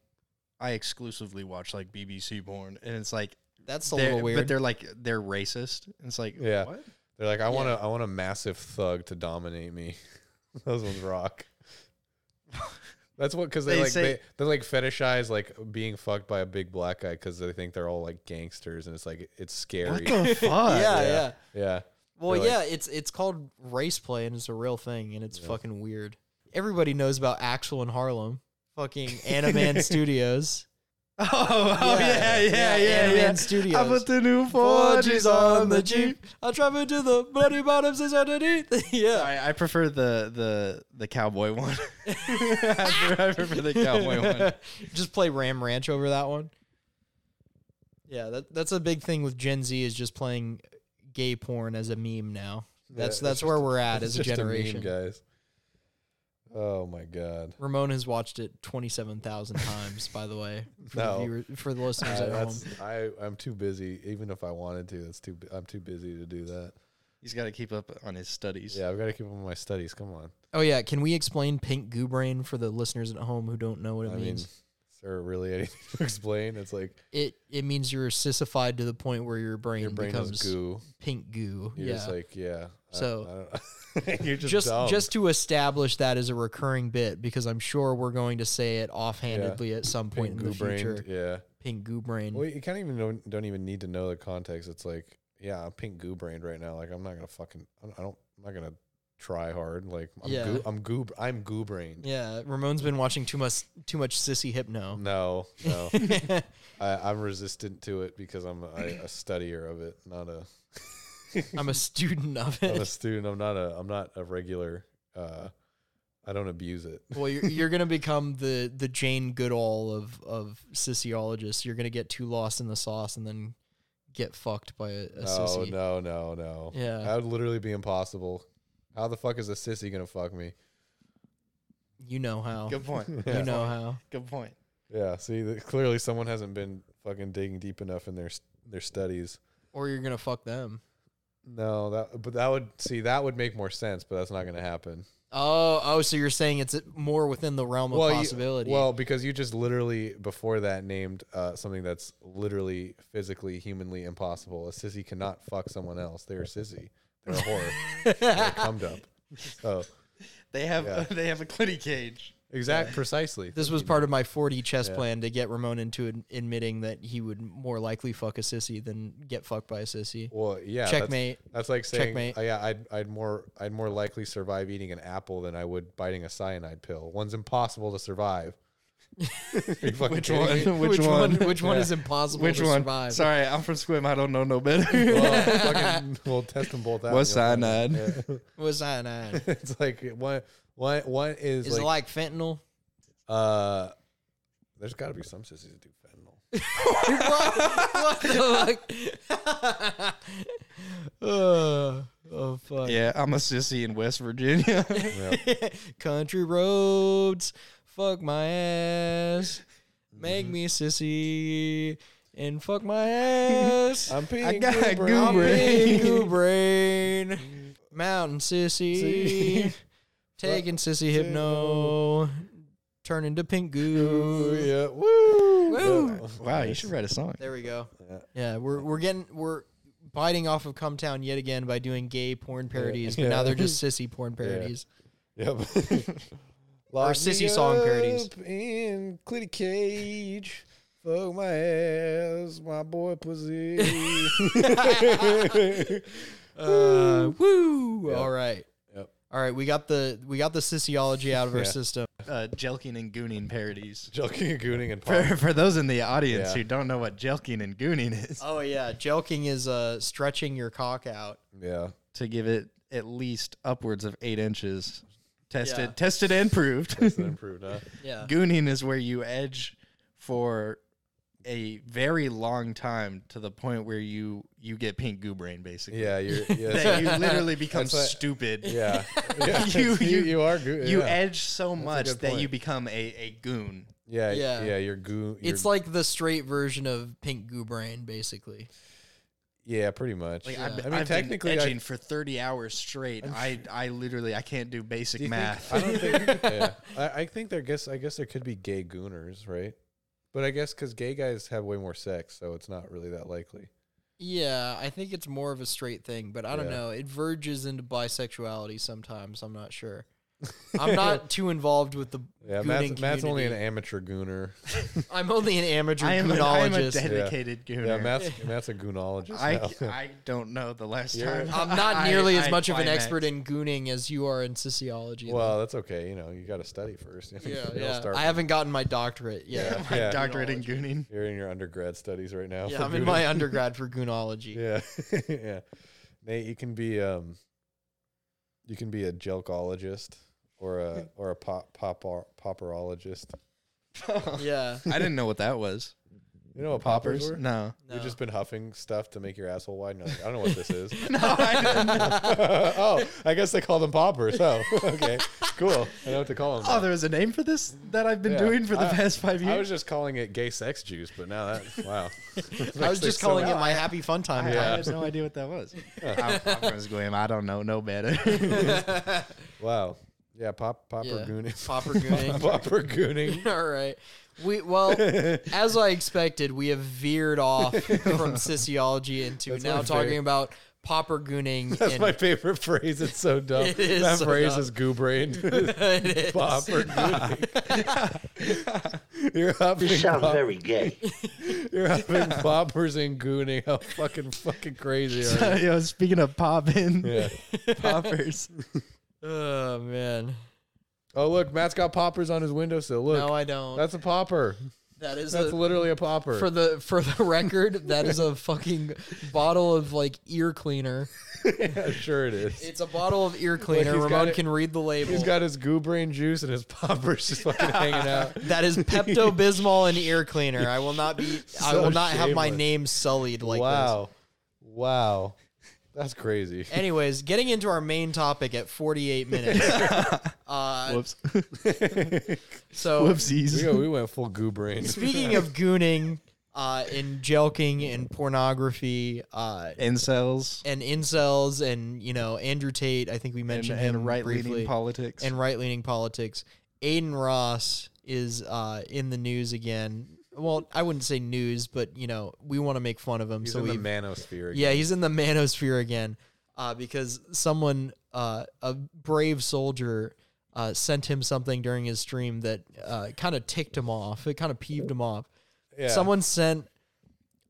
I exclusively watch like BBC porn, and it's like That's a they're- little weird. But they're like they're racist. And it's like Yeah. what? They're like, I want a, I want a massive thug to dominate me. Those ones rock. That's what because they, They like say- they, they like fetishize like being fucked by a big black guy because they think they're all like gangsters and it's like it's scary. What the fuck? yeah, yeah, yeah, Well, They're yeah, like- it's it's called race play and it's a real thing and it's fucking weird. Everybody knows about Axel in Harlem, fucking Animan Studios. Oh, oh Yeah, yeah, yeah, yeah, yeah, yeah. Animan Studios. I put the new Forges forges on the jeep. I drive into the bloody bottoms is underneath. yeah. I, I prefer the the the cowboy one. I, prefer, I prefer the cowboy one. just play Ram Ranch over that one. Yeah, that that's a big thing with Gen Z is just playing gay porn as a meme now. That's it's that's where we're at It's as a just meme, generation. guys. Oh my god, Ramon has watched it twenty seven thousand times. By the way, for, No. the, viewer, for the listeners I, at home, that's, I I'm too busy. Even if I wanted to, that's too. bu- I'm too busy to do that. He's got to keep up on his studies. Yeah, I've got to keep up with my studies. Come on. Oh yeah, can we explain pink goo brain for the listeners at home who don't know what it I mean, means? is there really anything to explain? It's like it it means you're sissified to the point where your brain, your brain becomes is goo. pink goo. You're yeah. just like, yeah. I- So- I don't- you're just just dumb. just to establish that as a recurring bit because I'm sure we're going to say it offhandedly at some point in the goo-brained, future. Mm. Yeah. Pink goo brain. Well, you kind of even don't, don't even need to know the context. It's like, yeah, I'm pink goo brained right now. Like, I'm not gonna fucking. I don't. I don't- I'm not gonna try hard. Like, I'm Yeah. goo. I'm goo. I'm goo brained. Yeah, Ramon's been watching too much too much sissy hypno. No, no. Mm. I, I'm resistant to it because I'm a, a studier of it, not a I'm a student of it. I'm a student. I'm not a I'm not a regular. Uh, I don't abuse it. Well, you're, you're gonna become the the Jane Goodall of of sociologists. You're gonna get too lost in the sauce and then get fucked by a, a No, sissy. Oh, no, no, no. Yeah. that would literally be impossible. How the fuck is a sissy gonna fuck me? You know how. Good point. You know how. Good point. Yeah, see, th- clearly someone hasn't been fucking digging deep enough in their s- their studies. Or you're gonna fuck them. No, that but that would see that would make more sense, but that's not gonna happen. Oh, oh, so you're saying it's more within the realm of well, you- possibility. well, because you just literally before that named uh, something that's literally physically, humanly impossible. A sissy cannot fuck someone else. They're a sissy. They're a whore. They're a cum dump. So They have Yeah. they have a clitty cage. exact, precisely. this was part of my 4D chess plan to get Ramon into ad- admitting that he would more likely fuck a sissy than get fucked by a sissy. well, yeah. that's- Checkmate. That's, like saying, Checkmate. uh, yeah, I'd, I'd more, I'd more likely survive eating an apple than I would biting a cyanide pill. One's impossible to survive. Which one? Which, Which, one? one? Which one is impossible Which to one? survive? Sorry, I'm from Squim. I don't know no better. Well, fucking, we'll test them both out. What's You'll find out. cyanide? Yeah. Was I nine? it's like one, one, one is, Is it like, like fentanyl? Uh, there's got to be some sissies that do fentanyl. what? What the fuck? Uh, oh fuck. yeah, I'm a sissy in West Virginia. Country roads, fuck my ass, make me sissy, and fuck my ass. I'm peeing. got blue a brain. goo I'm brain. big goo brain, mountain sissy, taking sissy hypno, turn into pink Ooh, goo. yeah. Woo. Woo. Yeah. Wow, you should write a song. There we go. Yeah. Yeah, we're we're getting we're biting off of Come Town yet again by doing gay porn parodies, but now Yeah. they're just sissy porn parodies. Yep. Or sissy song parodies. up In Clitty Cage. Fuck my ass, my boy pussy. Uh, woo! All right. Yep. All right, we got the we got the sissyology out of our Yeah. system. Uh, jelking and gooning parodies. Joking and gooning and pop. For, for those in the audience Yeah. who don't know what jelking and gooning is, Oh yeah, jelking is uh stretching your cock out. Yeah. to give it at least upwards of eight inches, tested, Yeah. tested and proved. That's an improved, huh? Yeah. gooning is where you edge for a very long time to the point where you you get pink goo brain basically. Yeah, you're. Yeah. That you literally become That's what- stupid. yeah. Yeah, You- you, you- you are good. You yeah. edge so much good that point. you become a, a goon. Yeah, Yeah. yeah, You're goo. You're, It's like the straight version of pink goo brain basically. yeah, pretty much. Like Yeah. I've, I mean, I've technically, been I- edging for thirty hours straight. I, I literally I can't do basic Do you think- math. I don't think. yeah. I, I think there. Guess I guess there could be gay gooners, right? But I guess because gay guys have way more sex, so it's not really that likely. Yeah, I think it's more of a straight thing, but I don't Yeah. know. It verges into bisexuality sometimes. I'm not sure. I'm not too involved with the Yeah, gooning Matt's, Matt's only an community. amateur gooner. I'm only an amateur I am a, I am a goonologist. dedicated gooner. Yeah, Matt's Matt's a goonologist. I, now. I don't know the last You're- time. I'm not nearly I- as I much of an climaxed. expert in gooning as you are in sociology. though. well, that's okay. You know, you got to study first. yeah, You'll yeah. start I haven't gotten my doctorate yet. Yeah. My doctorate in gooning. You're in your undergrad studies right now. Yeah, for I'm in gooning. my undergrad for goonology. Yeah, yeah. Nate, you can be um, you can be a jelkologist or a or a pop pop popperologist. Yeah. I didn't know what that was. You know what poppers, were? No. You've No. just been huffing stuff to make your asshole wide. No, I don't know what this is. No, I didn't know. oh, I guess they call them poppers. Oh, okay, cool. I know what to call them. Oh, there was a name for this that I've been Yeah. doing for the I- past five I was years. just calling it gay sex juice, but now that wow, I was just calling it my happy fun time. I, Yeah. had no idea what that was. I'm, I'm just going, I don't know, no better. wow, yeah, pop popper Yeah. gooning, Popper gooning. popper gooning. All right. We well, as I expected, we have veered off from sociology into That's now my talking favorite. about popper gooning. That's and my favorite phrase. It's so dumb. It is that so phrase dumb. is goo brained. It is. popper gooning. you're huffing, This sounds pop- very gay. you're huffing poppers and gooning. How fucking fucking crazy are Yo, speaking of popping, you? Yeah. poppers. Oh man, Oh look, Matt's got poppers on his windowsill. Look, no, I don't. that's a popper. that is That's a, literally a popper. for the for the record. That is a fucking bottle of like ear cleaner. yeah, sure it is. It's a bottle of ear cleaner. he's got Ramon it- can read the label. He's got his goo brain juice and his poppers just fucking hanging out. that is Pepto Bismol and ear cleaner. I will not be. I So will not have my shameless. name sullied like this. wow, wow, that's crazy. Anyways, getting into our main topic at 48 minutes. Uh, Whoops. so, We, Whoopsies. go, we went full goo brain. speaking of gooning uh, and jelking and pornography uh, Incels and incels and, you know, Andrew Tate, I think we and, mentioned him and right briefly, leaning politics. and right leaning politics. Aiden Ross is uh, in the news again. Well, I wouldn't say news, but, you know, we want to make fun of him. He's so in we the manosphere. Again. Yeah, he's in the manosphere again uh, because someone, uh, a brave soldier, uh, sent him something during his stream that uh, kind of ticked him off. It kind of peeved him off. Yeah. Someone sent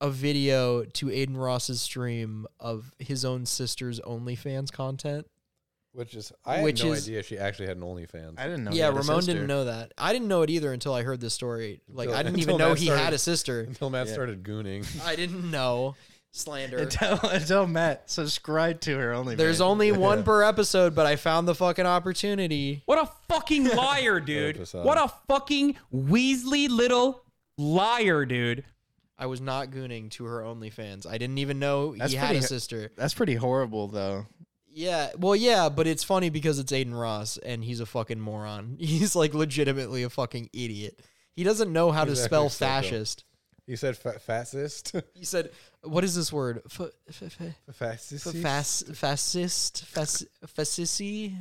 a video to Aiden Ross's stream of his own sister's OnlyFans content. which is I had which no is- idea she actually had an OnlyFans. I didn't know. yeah, Oh, he had a Ramon sister. didn't know that. I didn't know it either until I heard this story. Like, Until- I didn't even until know Matt he started- had a sister. Until Matt started gooning. I didn't know. Slander. Until, until Matt subscribed to her only. There's only one per episode, but I found the fucking opportunity. What a fucking liar, dude. Episode. what a fucking Weasley little liar, dude. I was not gooning to her OnlyFans. I didn't even know That's he had a pretty- sister. That's pretty horrible, though. Yeah, well, yeah, but it's funny because it's Aiden Ross and he's a fucking moron. He's like legitimately a fucking idiot. He doesn't know how to He's spell actually so dumb. fascist. You said fa- fascist. He said, "What is this word? F- f- f- fascist. f- fas- Fascist? Fas- Fascisty?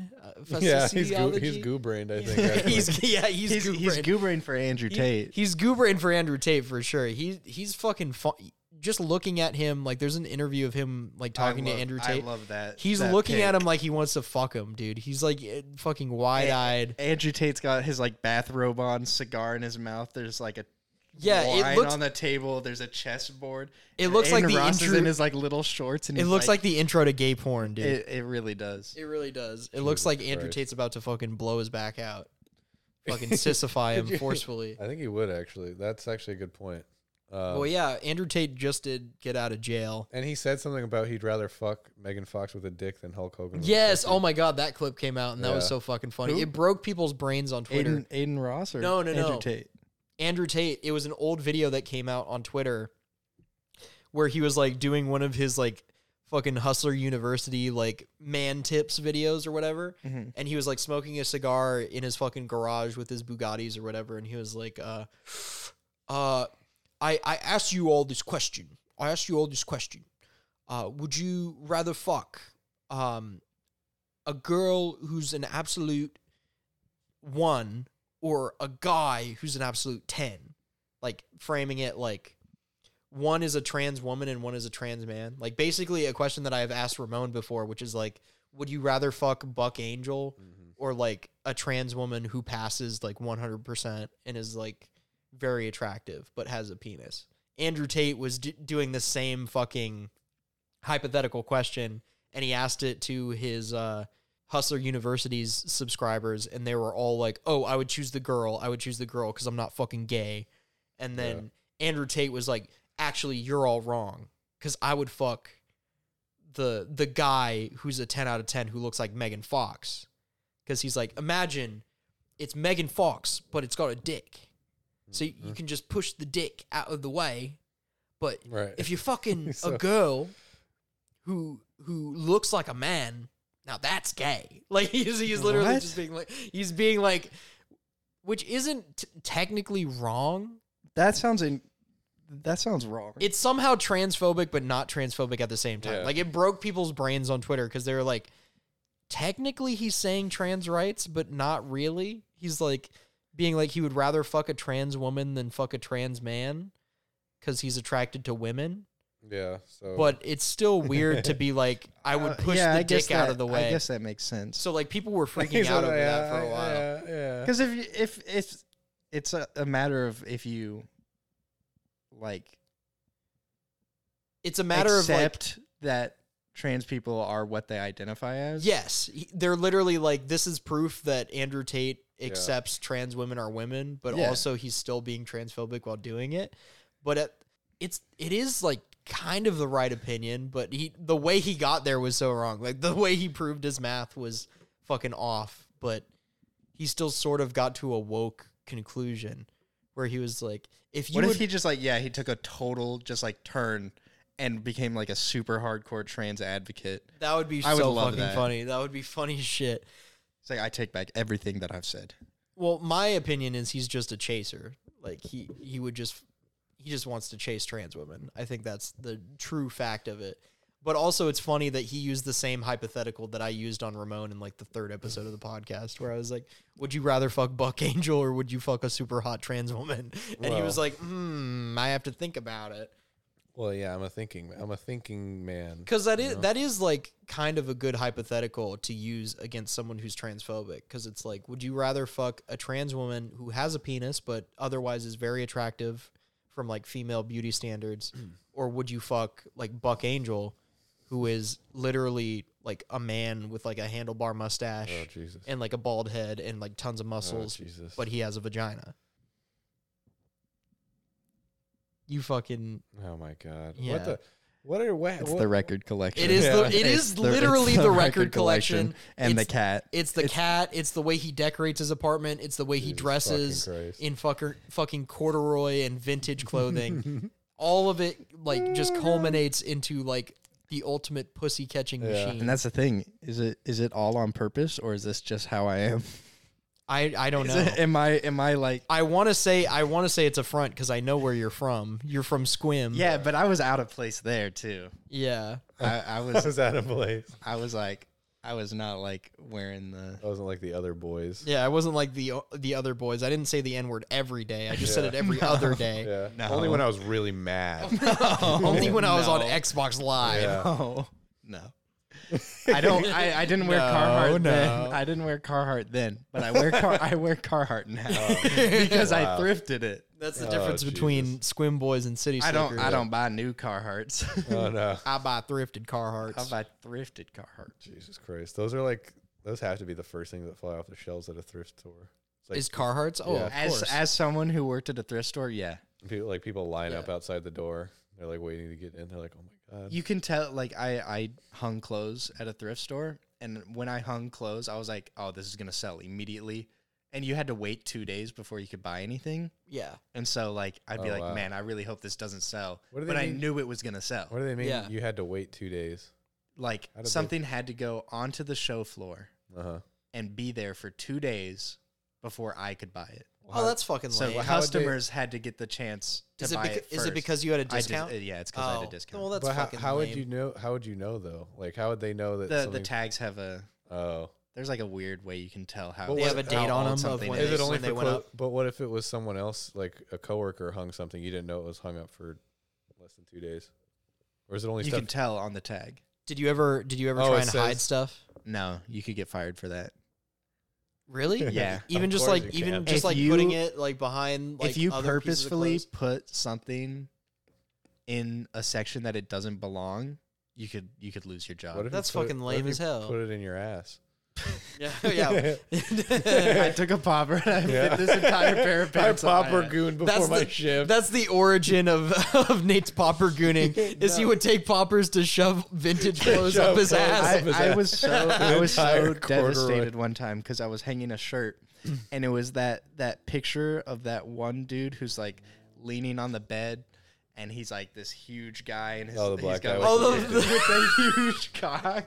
Uh, yeah, he's goo, he's fasciciology? goo brained. I think. actually. he's yeah, he's, He's, he's goo-brained. goobering for Andrew He- Tate. he's goobering for Andrew Tate for sure. He he's fucking fun. Just looking at him, like there's an interview of him like talking I love- to Andrew Tate. I love that. He's that looking at pic. him like he wants to fuck him, dude. He's like eh, fucking wide eyed. Andrew Tate's got his like bathrobe on, cigar in his mouth. There's like a Yeah, wine it looks on the table. There's a chessboard. It looks like the Ross is intro- in his like little shorts, and it he's, looks like, the intro to gay porn, dude. It, it, it really does. really does. It looks like Andrew Christ. Tate's about to fucking blow his back out, fucking sissify him forcefully. I think he would actually. That's actually a good point. Uh, Well, yeah, Andrew Tate just did get out of jail. And he said something about he'd rather fuck Megan Fox with a dick than Hulk Hogan. with a Yes. pussy. Oh my God, that clip came out and that was Yeah. so fucking funny. Who? It broke people's brains on Twitter. Aiden, Aiden Ross or No, no, Andrew no. Tate? Andrew Tate, it was an old video that came out on Twitter where he was like doing one of his like fucking hustler university like man tips videos or whatever and he was like smoking a cigar in his fucking garage with his Bugattis or whatever and he was like uh uh I I asked you all this question. I asked you all this question. Uh would you rather fuck um a girl who's an absolute one or a guy who's an absolute 10 like framing it like one is a trans woman and one is a trans man like basically a question that i have asked ramon before which is like would you rather fuck buck angel or like a trans woman who passes like 100% and is like very attractive but has a penis andrew tate was d- doing the same fucking hypothetical question and he asked it to his uh Hustler University's subscribers, and they were all like, "Oh, I would choose the girl. I would choose the girl because I'm not fucking gay." And then Andrew Tate was like, "Actually, you're all wrong because I would fuck the the guy who's a 10 out of 10 who looks like Megan Fox because he's like, imagine it's Megan Fox, but it's got a dick, so you- you can just push the dick out of the way. But Right. if you're fucking So- a girl who who looks like a man, now that's gay. Like he's he's literally What? just being like he's being like, which isn't t- technically wrong. That sounds in. That sounds wrong. It's somehow transphobic, but not transphobic at the same time. Yeah. Like it broke people's brains on Twitter because they were like, technically he's saying trans rights, but not really. He's like being like he would rather fuck a trans woman than fuck a trans man because he's attracted to women. Yeah. So. But it's still weird to be like, I would Uh, push yeah, the I guess dick out that- of the way. I guess that makes sense. So like people were freaking He's out like, over yeah, that for a while. Yeah. yeah. Because if you- if if it's a, a matter of if you like It's a matter of like accept that trans people are what they identify as. Yes, he- they're literally like this is proof that Andrew Tate Yeah. accepts trans women are women, but Yeah. also he's still being transphobic while doing it. But at, it's it is like kind of the right opinion, but he the way he got there was so wrong. Like the way he proved his math was fucking off, but he still sort of got to a woke conclusion where he was like if you What would, if he just like yeah he took a total just like turn and became like a super hardcore trans advocate? that would be I would so love fucking that. funny. That would be funny as shit. It's like I take back everything that I've said. Well, my opinion is he's just a chaser. Like he he would just he just wants to chase trans women. I think that's the true fact of it. But also it's funny that he used the same hypothetical that I used on Ramon in like the third episode of the podcast where I was like, "Would you rather fuck Buck Angel or would you fuck a super hot trans woman?" And he was Well. like, "Hmm, I have to think about it." Well, yeah. I'm a thinking. I'm a thinking man. Because that is that is like kind of a good hypothetical to use against someone who's transphobic. Because it's like, would you rather fuck a trans woman who has a penis but otherwise is very attractive from like female beauty standards, Mm. or would you fuck like Buck Angel, who is literally like a man with like a handlebar mustache Oh Jesus. Oh, and like a bald head and like tons of muscles, Jesus. but he has a vagina? You fucking Oh my God. Yeah. What the? What are what? It's what the record collection. It is the- Yeah. it It's is the- it's literally the record collection. and It's- the cat. It's the cat. It's the way he decorates his apartment. It's the way he Jesus dresses fucking Christ. in fucker, fucking corduroy and vintage clothing. All of it like just culminates into like the ultimate pussy catching Yeah. machine. and that's the thing. Is it is it all on purpose or is this just how I am? I I don't Is know. it- am I am I like I want to say I want to say it's a front because I know where you're from. You're from Squim. yeah? But I was out of place there too. Yeah. I, I I was was out of place. I was like I was not like wearing the I wasn't like the other boys. Yeah, I wasn't like the the other boys. I didn't say the N word every day. I just said Yeah. it every other day. Yeah. No. Only when I was really mad. Oh, Only when I was on No. Xbox Live. Yeah. No, no. I don't. I, I didn't wear Carhartt then. no. I didn't wear Carhartt then, but I wear Car- I wear Carhartt now because Wow. I thrifted it. That's the Oh, difference between Squim Boys and City I don't. Slickers. I don't buy new Carhartts. oh no. I buy thrifted Carhartts. I buy thrifted Carhartts. Jesus Christ. Those are like those have to be the first things that fly off the shelves at a thrift store. It's like Is Carhartts? Oh, Yeah. of As course. as someone who worked at a thrift store, yeah, people like people line Yeah. up outside the door. They're like waiting to get in. They're like, Oh my god. you can tell. Like I I hung clothes at a thrift store, and when I hung clothes, I was like, oh, this is gonna sell immediately. And you had to wait two days before you could buy anything. yeah. And so like I'd be Oh, like, wow. man, I really hope this doesn't sell. What do they but I mean- knew it was gonna sell. what do they mean? Yeah. You had to wait two days. Like How did they- something had to go onto the show floor Uh huh. and be there for two days before I could buy it. Oh, that's fucking So lame. how would they- customers had to get the chance to is it buy beca- it. is it first. because you had a I dis- discount? uh, yeah, it's because I had Oh, a discount. Well, that's but how, fucking how would lame. you know? How would you know though? Like, how would they know that the the something- tags have a Oh, there's like a weird way you can tell how But They what- have a how old date on them of something when, is. they, is it only when for they went clo- up. But what if it was someone else, like a coworker, hung something you didn't know it was hung up for less than two days, or is it only you stuff? can tell on the tag. Did you ever? Did you ever Oh, try it and hide says- stuff? No, you could get fired for that. Really? Yeah. Even Of just course like you even can. just If like you- putting it like behind. Like, if you other pieces of purposefully clothes? put something in a section that it doesn't belong, you could you could lose your job. What if you That's put it- fucking what if lame you as hell. Put it in your ass. yeah, yeah. I took a popper and I Yeah. fit this entire pair of pants. I on my popper ass. goon before That's my the, shift. that's the origin of, of Nate's popper gooning is he would take poppers to shove vintage clothes shove up his clothes ass. up his I, I ass. was so I was so Entire corduroy. devastated one time because I was hanging a shirt and it was that that picture of that one dude who's like leaning on the bed and he's like this huge guy and his, Oh, the he's black got, guy like, with with the- the huge cock.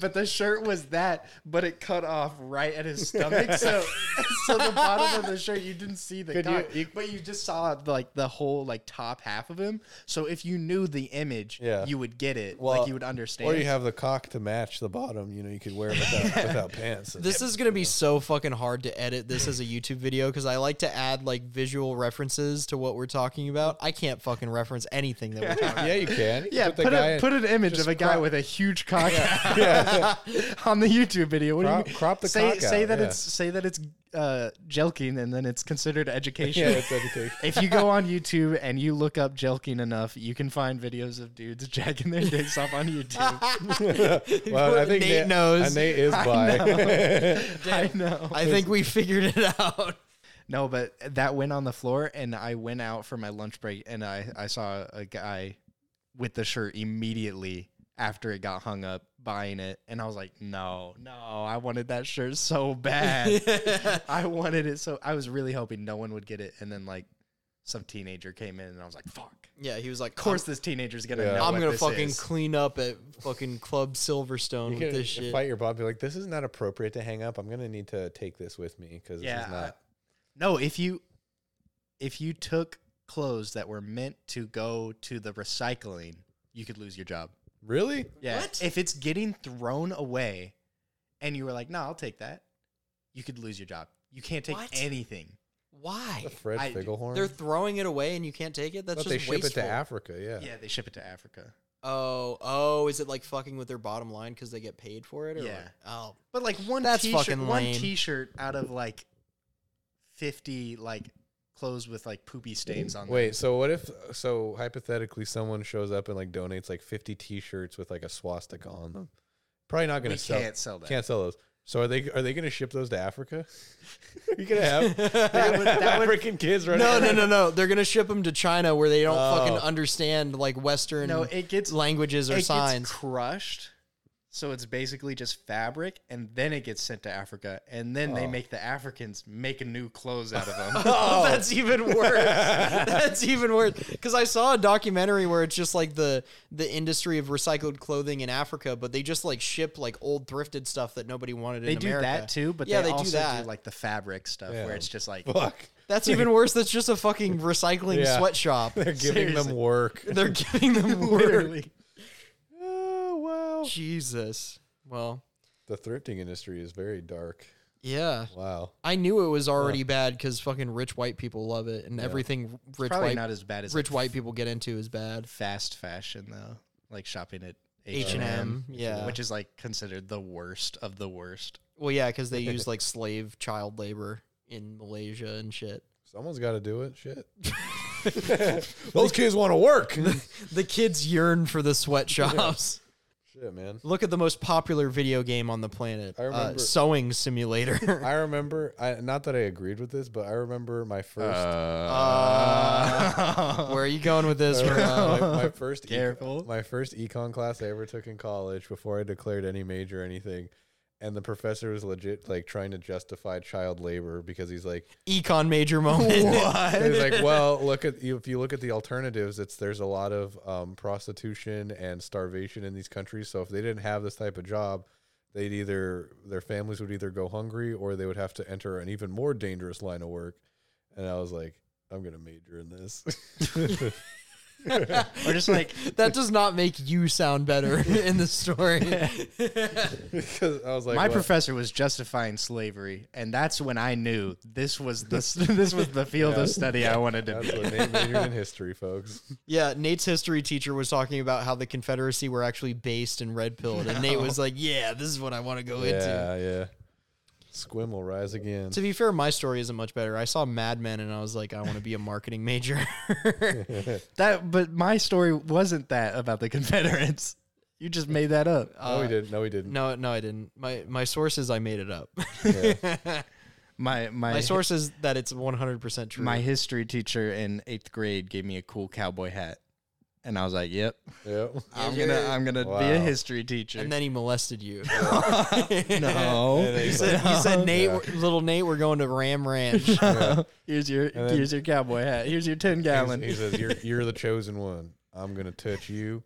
But the shirt was that, but it cut off right at his stomach. So so the bottom of the shirt you didn't see the Could you- cock, but you just saw like the whole like top half of him. So if you knew the image, Yeah. you would get it. Well, like you would understand. Or you have the cock to match the bottom. You know, you could wear it without, without pants. This is gonna be so fucking hard to edit this as a YouTube video because I like to add like visual references to what we're talking about. I can't fucking reference anything that we're talking. about. yeah, you can. You Yeah, put, the put, guy a, in- put an image of a guy crop- with a huge cock on the YouTube video. What Crop- do you mean? crop the say, cock say out, that yeah. it's say that it's uh, jelking, and then it's considered Yeah, education. it's education. if you go on YouTube and you look up jelking enough, you can find videos of dudes jacking their dicks off on YouTube. well, I think Nate Nate knows. uh, Nate is by. I know. I think we figured it out. No, but that went on the floor, and I went out for my lunch break, and I, I saw a guy with the shirt immediately after it got hung up buying it, and I was like, no, no, I wanted that shirt so bad. I wanted it so I was really hoping no one would get it, and then like some teenager came in, and I was like, fuck. Yeah, he was like, Of course, this teenager's gonna Yeah. know. I'm what gonna this fucking is." clean up at fucking Club Silverstone You with can this shit. fight your boss. Be like, this is not appropriate to hang up. I'm gonna need to take this with me because Yeah, this is not. No, if you if you took clothes that were meant to go to the recycling, you could lose your job. Really? Yeah. What? If it's getting thrown away and you were like, no, I'll take that, you could lose your job. You can't take What? anything. Why? The Fred I- Figglehorn. They're throwing it away and you can't take it. That's But just they ship wasteful. it to Africa. Yeah. Yeah, they ship it to Africa. Oh, oh, is it like fucking with their bottom line because they get paid for it? Or Yeah. Like, oh, But like one That's t-shirt, fucking one lame. t-shirt out of like 50 like clothes with like poopy stains on them. Wait. So what if? So hypothetically, someone shows up and like donates like 50 T-shirts with like a swastika on them. Probably not gonna We sell. can't sell that. Can't sell those. So are they? Are they gonna ship those to Africa? Are you gonna have, you're gonna would- have that would- African kids running? No, around? no, no, no. They're gonna ship them to China where they don't Oh. fucking understand like Western No, it gets languages or it gets signs. crushed. So it's basically just fabric, and then it gets sent to Africa, and then they Oh. make the Africans make new clothes out of them. Oh, that's even worse. that's even worse. Because I saw a documentary where it's just like the the industry of recycled clothing in Africa, but they just like ship like old thrifted stuff that nobody wanted they in do America. that too, but yeah, they, they, also do that. like the fabric stuff Yeah. where it's just like Fuck. that's even worse. That's just a fucking recycling Yeah. sweatshop. They're giving Seriously. them work. They're giving them work. literally. oh, wow. Jesus. Well, The thrifting industry is very dark. yeah. Wow. I knew it was already bad because fucking rich white people love it, and everything rich Probably white not as bad as rich like, white people get into is bad. fast fashion though, like shopping at H and H&M, M, yeah. which is like considered the worst of the worst. Well, yeah, because they use like slave child labor in Malaysia and shit. Someone's got to do it. Shit. Those kids want to work. The kids yearn for the sweatshops. Shit, man. Look at the most popular video game on the planet, I uh, remember- Sewing Simulator. I remember, I, not that I agreed with this, but I remember my first. Uh, where uh, are you going with this? I remember Ronaldo? my, my first econ- Careful. my first econ class I ever took in college before I declared any major or anything. And the professor was legit like trying to justify child labor because he's like Econ major moment. he's like, well, look at you if you look at the alternatives, it's there's a lot of um, prostitution and starvation in these countries. So if they didn't have this type of job, they'd either their families would either go hungry or they would have to enter an even more dangerous line of work. And I was like, I'm gonna major in this. or just like that does not make you sound better in the story. because I was like, my well, professor was justifying slavery, and that's when I knew this was the this was the field of study I wanted to That's be. what Nate majored in history, folks. yeah, Nate's history teacher was talking about how the Confederacy were actually based in red pilled, and Nate was like, "Yeah, this is what I want to go into." yeah, yeah. Squim will rise again. To be fair, my story isn't much better. I saw Mad Men and I was like, I want to be a marketing major. That, but my story wasn't that about the Confederates. You just made that up. Uh, no, he didn't. No, he didn't. no, no, I didn't. My my source is I made it up. My my my source is that it's 100% true. my history teacher in eighth grade gave me a cool cowboy hat, and I was like, "Yep, Yeah. I'm gonna I'm gonna be a Wow. history teacher." and then he molested you. no, He said, he said Nate, we're- little Nate, we're going to Ram Ranch. here's your then- here's your cowboy hat. Here's your ten He's- gallon. He says, "You're you're the chosen one. I'm gonna touch you.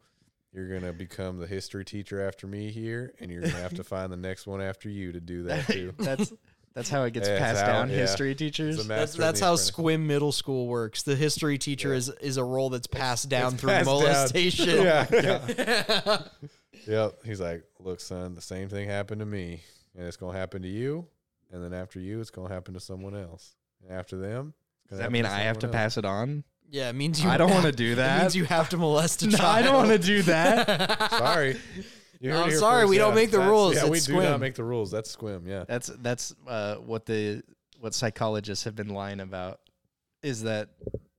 You're gonna become the history teacher after me here, and you're gonna have to find the next one after you to do that too." that's that's how it gets Yeah, it's passed how- down. yeah. History It's a teachers. That's, master and that's the how apprentice. Squim Middle School works. The history teacher is, is a role that's passed down through passed down. molestation. Yeah. yep. He's like, "Look, son, the same thing happened to me, and it's gonna happen to you, and then after you, it's gonna happen to someone else, and after them." it's Does gonna that mean happen I have to someone else." pass it on? Yeah, it means you. I don't want to have- do It that. means you have to molest a No, child. I don't want to do that. Sorry. You No, heard it I'm here sorry, we don't make the That's- rules. Yeah, we It's do squim. not make the rules. That's squim. Yeah. that's that's uh, what the what psychologists have been lying about is that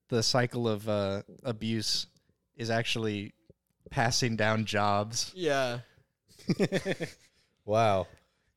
the cycle of uh, abuse is actually passing down jobs. Yeah. Wow.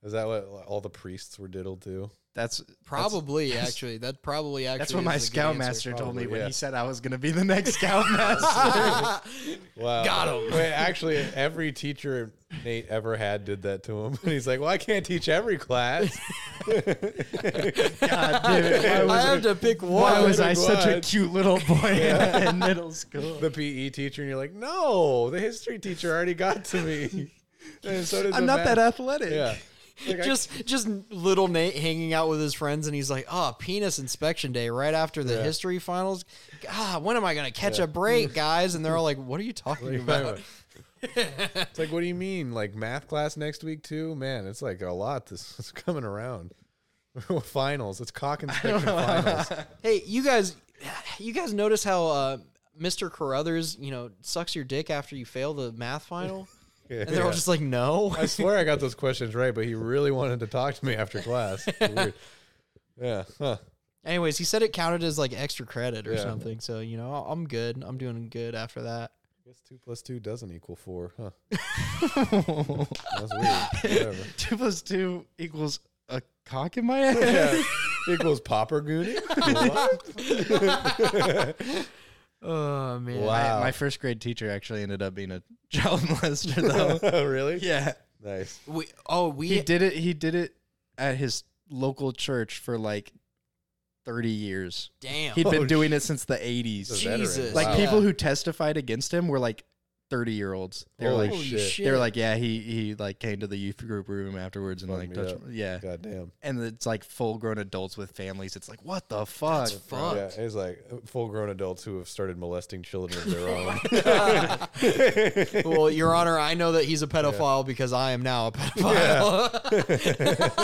Is that what all the priests were diddled to? That's that's- Probably, that's- actually. That probably actually. That's what is my a good scoutmaster told me probably, when yeah. he said I was going to be the next scoutmaster. Wow. Got him. Wait, actually, every teacher Nate ever had did that to him. And he's like, well, I can't teach every class. God, dude, why answer. I was, have to pick one. why was pick I such a one. cute little boy in middle school? The PE teacher. And you're like, no, the history teacher already got to me. And so did I'm the not math- that athletic. Yeah. Like, I- just just little Nate hanging out with his friends, and he's like, "Oh, penis inspection day right after the history finals. God, when am I gonna catch a break, guys?" And they're all like, "What are you talking Like, about?" wait a minute. it's like, what do you mean? Like math class next week too? Man, it's like a lot. This is coming around. finals. It's cock inspection finals. Hey, you guys, you guys notice how uh, Mr. Carruthers, you know, sucks your dick after you fail the math final, and they're all Yeah. just like, "No." I swear I got those questions right, but he really wanted to talk to me after class. It's Weird. Yeah. Huh. Anyways, he said it counted as like extra credit or Yeah. something. So you know, I'm good. I'm doing good after that. guess two plus two doesn't equal four, huh? That's weird. Whatever. Two plus two equals a cock in my head. Yeah. Equals popper goonie? What? Oh man. My, Wow. my first grade teacher actually ended up being a child molester, though. really? yeah. Nice. We oh we He did it. He did it at his local church for like thirty years. damn He'd been Oh, doing it since the eighties. That's veteran. Jesus. Like Wow. people who testified against him were like thirty year olds. They were Holy like Holy shit. shit. they were like yeah he he like came to the youth group room afterwards and Fuck like me touched, up. yeah God damn. and it's like full grown adults with families. It's like what the fuck. That's fucked. Yeah, he's like full grown adults who have started molesting children of their own. well, Your Honor, I know that he's a pedophile because I am now a pedophile.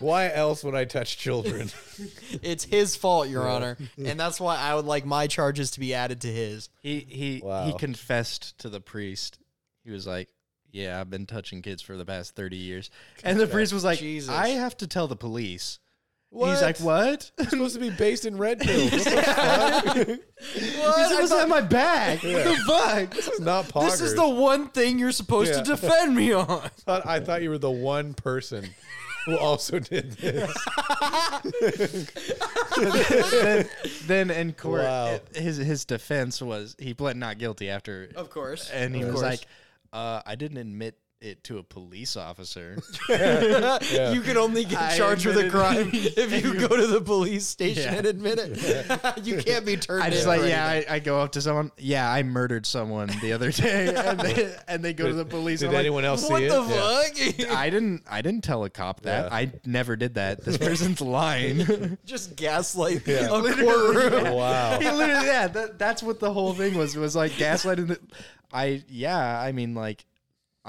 Why else would I touch children? it's his fault, Your Honor, and that's why I would like my charges to be added to his. He he he Wow. confessed to the priest. He was like, "Yeah, I've been touching kids for the past thirty years." And the priest was like, Jesus. "I have to tell the police." He's like, What? "What?" I'm supposed to be based in Red Pill. This He's supposed to have my back. What the fuck? is not poggers. This is the one thing you're supposed Yeah. to defend me on. thought, I thought you were the one person who also did this. then in court, Wow. his his defense was he pled not guilty after, Of course. and he Of was course. like, uh, "I didn't admit it to a police officer." You can only get I charged with a admitted- crime if you go to the police station Yeah. and admit it. you can't be turned. I just in like for yeah. anything. I, I go up to someone. Yeah, I murdered someone the other day, and they, and they go to the police. Did I'm like, anyone else What see it? the Yeah. fuck? I didn't. I didn't tell a cop that. Yeah. I never did that. This person's lying. he Just gaslight Yeah. a courtroom. Wow. literally. Yeah. That, that's what the whole thing was. Was like gaslighting. The, I. Yeah. I mean, like,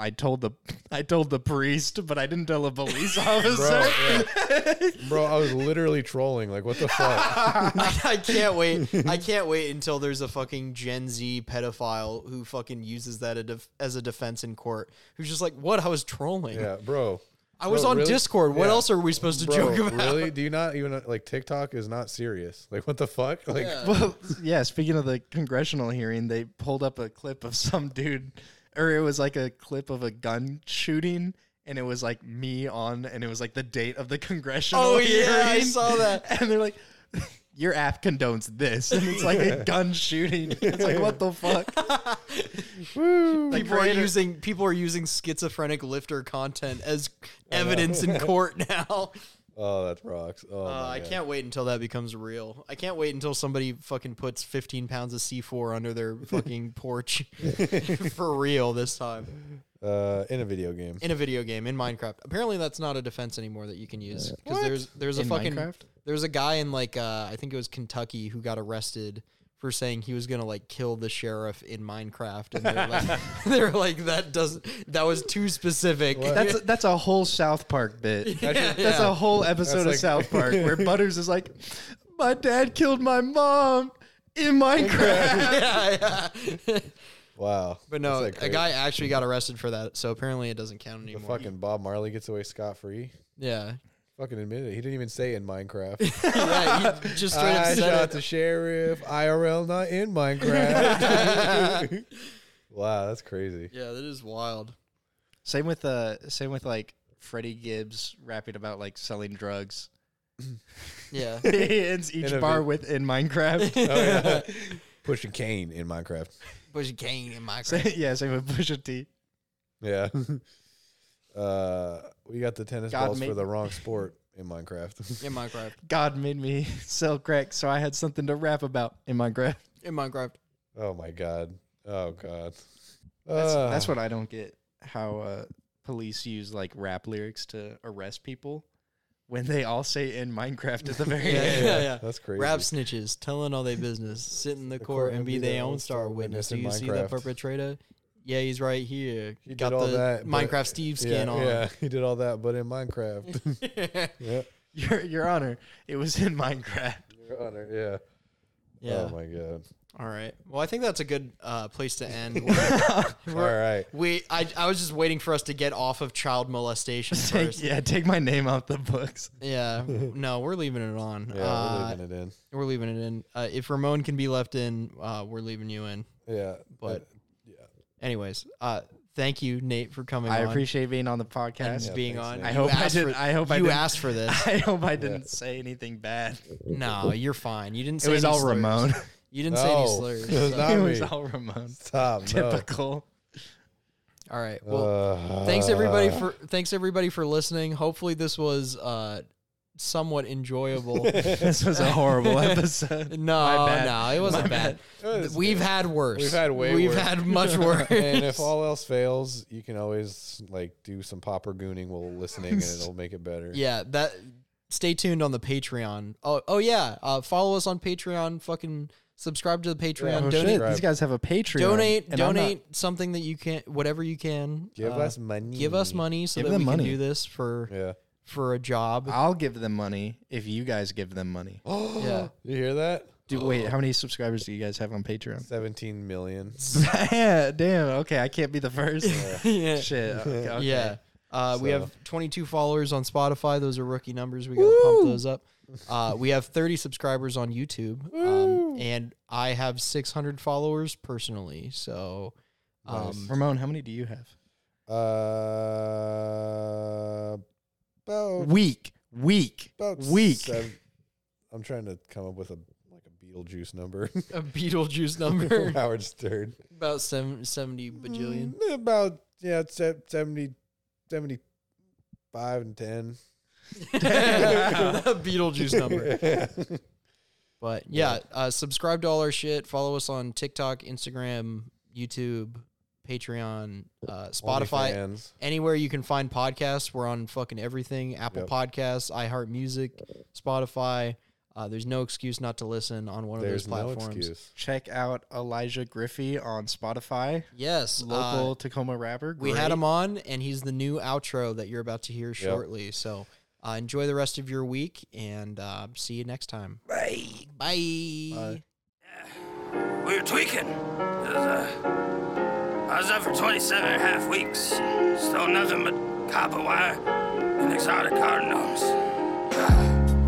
I told the. I told the priest, but I didn't tell a police Bro, officer. yeah. Bro, I was literally trolling. Like, what the fuck? I, I can't wait. I can't wait until there's a fucking Gen Z pedophile who fucking uses that a def- as a defense in court. Who's just like, "What? I was trolling. Yeah, bro. I was Bro, on really? Discord. What Yeah. else are we supposed to Bro, joke about?" really? Do you not even like TikTok is not serious? Like, what the fuck? Like, Well, yeah. Speaking of the congressional hearing, they pulled up a clip of some dude, or it was like a clip of a gun shooting, and it was like me on, and it was like the date of the congressional. Oh yeah, I hearing. saw that. and they're like, "Your app condones this," and it's like a gun shooting. It's like, what the fuck? Like, People are creator- using people are using schizophrenic lifter content as evidence in court now. oh, that rocks. Uh, Oh, my I God. can't wait until that becomes real. I can't wait until somebody fucking puts 15 pounds of C4 under their fucking porch for real this time. Uh, in a video game. in a video game in Minecraft. Apparently, that's not a defense anymore that you can use Uh, because What? there's there's a In fucking Minecraft? there's a guy in like uh, I think it was Kentucky who got arrested for saying he was gonna like kill the sheriff in Minecraft, and they're like, they're like that doesn't that was too specific. That's that's a whole South Park bit. That's- That's a whole episode That's of like- South Park where Butters is like, "My dad killed my mom in Minecraft." yeah, yeah. Wow. But no, That's, like, a great. Mm. guy actually got arrested for that, so apparently it doesn't count The anymore. fucking Bob Marley gets away scot free. yeah, Fucking admitted it. He didn't even say in Minecraft. yeah, he just straight up I said shot it. the sheriff. IRL not in Minecraft. wow, that's crazy. yeah, that is wild. same with uh, same with like Freddie Gibbs rapping about like selling drugs. Yeah. He ends each In a bar vi- Oh, with in Minecraft. Pushing cane in Minecraft. Push Kane in Minecraft. Same- yeah, same with Pusha T. Yeah. Uh, we got the tennis God balls made- for the wrong sport in Minecraft. In Minecraft. God made me sell crack, so I had something to rap about in Minecraft. In Minecraft. oh my god. Oh god. That's, Uh, that's what I don't get. How uh, police use like rap lyrics to arrest people when they all say in Minecraft at the very Yeah, end. yeah, yeah. That's crazy. Rap snitches telling all their business, sit in the, court, and be their own star witness. Do in you see the Minecraft. perpetrator? Yeah, he's right here. He Got did all the that, but- Minecraft Steve yeah, skin on. yeah, he did all that, but in Minecraft. yeah. Your Your Honor, it was in Minecraft. Your honor. Yeah. Yeah. Oh my god. all right. Well, I think that's a good uh, place to end. All right. we, I, I was just waiting for us to get off of child molestation Take, first. yeah, take my name off the books. yeah. No, we're leaving it on. Yeah, uh, we're leaving it in. we're leaving it in. Uh, if Ramon can be left in, uh, we're leaving you in. Yeah. But anyways, uh, thank you, Nate, for coming. I on. appreciate being on the and podcast. Yeah, being thanks, on. Nate. I You hope I asked didn't- for- I hope I you didn't- asked for this. I hope I didn't say anything bad. No, you're fine. You didn't. It Say was any all slurs. Ramon. You didn't No, say any it was slurs. not it me. was all Ramon. Stop. No. Typical. All right. Well, Ah. Uh, thanks everybody for thanks everybody for listening. Hopefully this was uh somewhat enjoyable. this was a horrible episode. no, bad. no, it wasn't bad. was We've had worse. We've had way We've worse. had much worse. and if all else fails, you can always like do some popper gooning while listening, and it'll make it better. yeah, that stay tuned on the Patreon. Oh, oh yeah, uh, follow us on Patreon. Fucking subscribe to the Patreon. Oh, donate, shit. These guys have a Patreon. donate, and I'm not- donate something that you can, whatever you can. Give Uh, us money. give us money so Give that them we money. Ah, can do this for Yeah. for a job. I'll give them money if you guys give them money. yeah. You hear that? Do, wait, how many subscribers do you guys have on Patreon? Seventeen million. yeah, damn. Okay, I can't be the first. yeah. Shit. Okay, okay. Yeah. Uh, We So- have 22 followers on Spotify. Those are rookie numbers. We got to pump those up. Uh, we have 30 subscribers on YouTube. Um, and I have 600 followers personally. So, um, Ramon, how many do you have? Uh, about Week, week, about week. sev- I'm trying to come up with a like a Beetlejuice number. a Beetlejuice number, Howard Stern. about seven, 70 bajillion. Mm, About yeah, it's at 70, 75 and ten. the Beetlejuice number. But yeah, uh, subscribe to all our shit. Follow us on TikTok, Instagram, YouTube, Patreon, uh, Spotify. OnlyFans. anywhere you can find podcasts. We're on fucking everything: Apple Yep. Podcasts, iHeart Music, Spotify. Uh, there's no excuse not to listen on one There's of no those platforms. excuse. Check out Elijah Griffey on Spotify, yes, local uh, Tacoma rapper. we had Great. him on, and he's the new outro that you're about to hear shortly. So uh, enjoy the rest of your week, and uh, see you next time. Bye. Bye. We were tweaking. It was, uh, I was up for 27 and a half weeks. Still nothing but copper wire and exotic cardinals.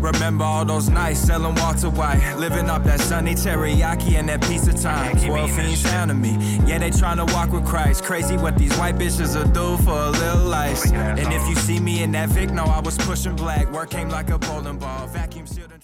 Remember all those nights selling Walter White, living up that sunny teriyaki and that pizza time. keep Twelve eating that fiends shit. hounding me, yeah they tryna walk with Christ. Crazy what these white bitches will do for a little ice. Look at that And if dog. you see me in that Vic, no I was pushing black. Work came like a bowling ball, vacuum sealed. and-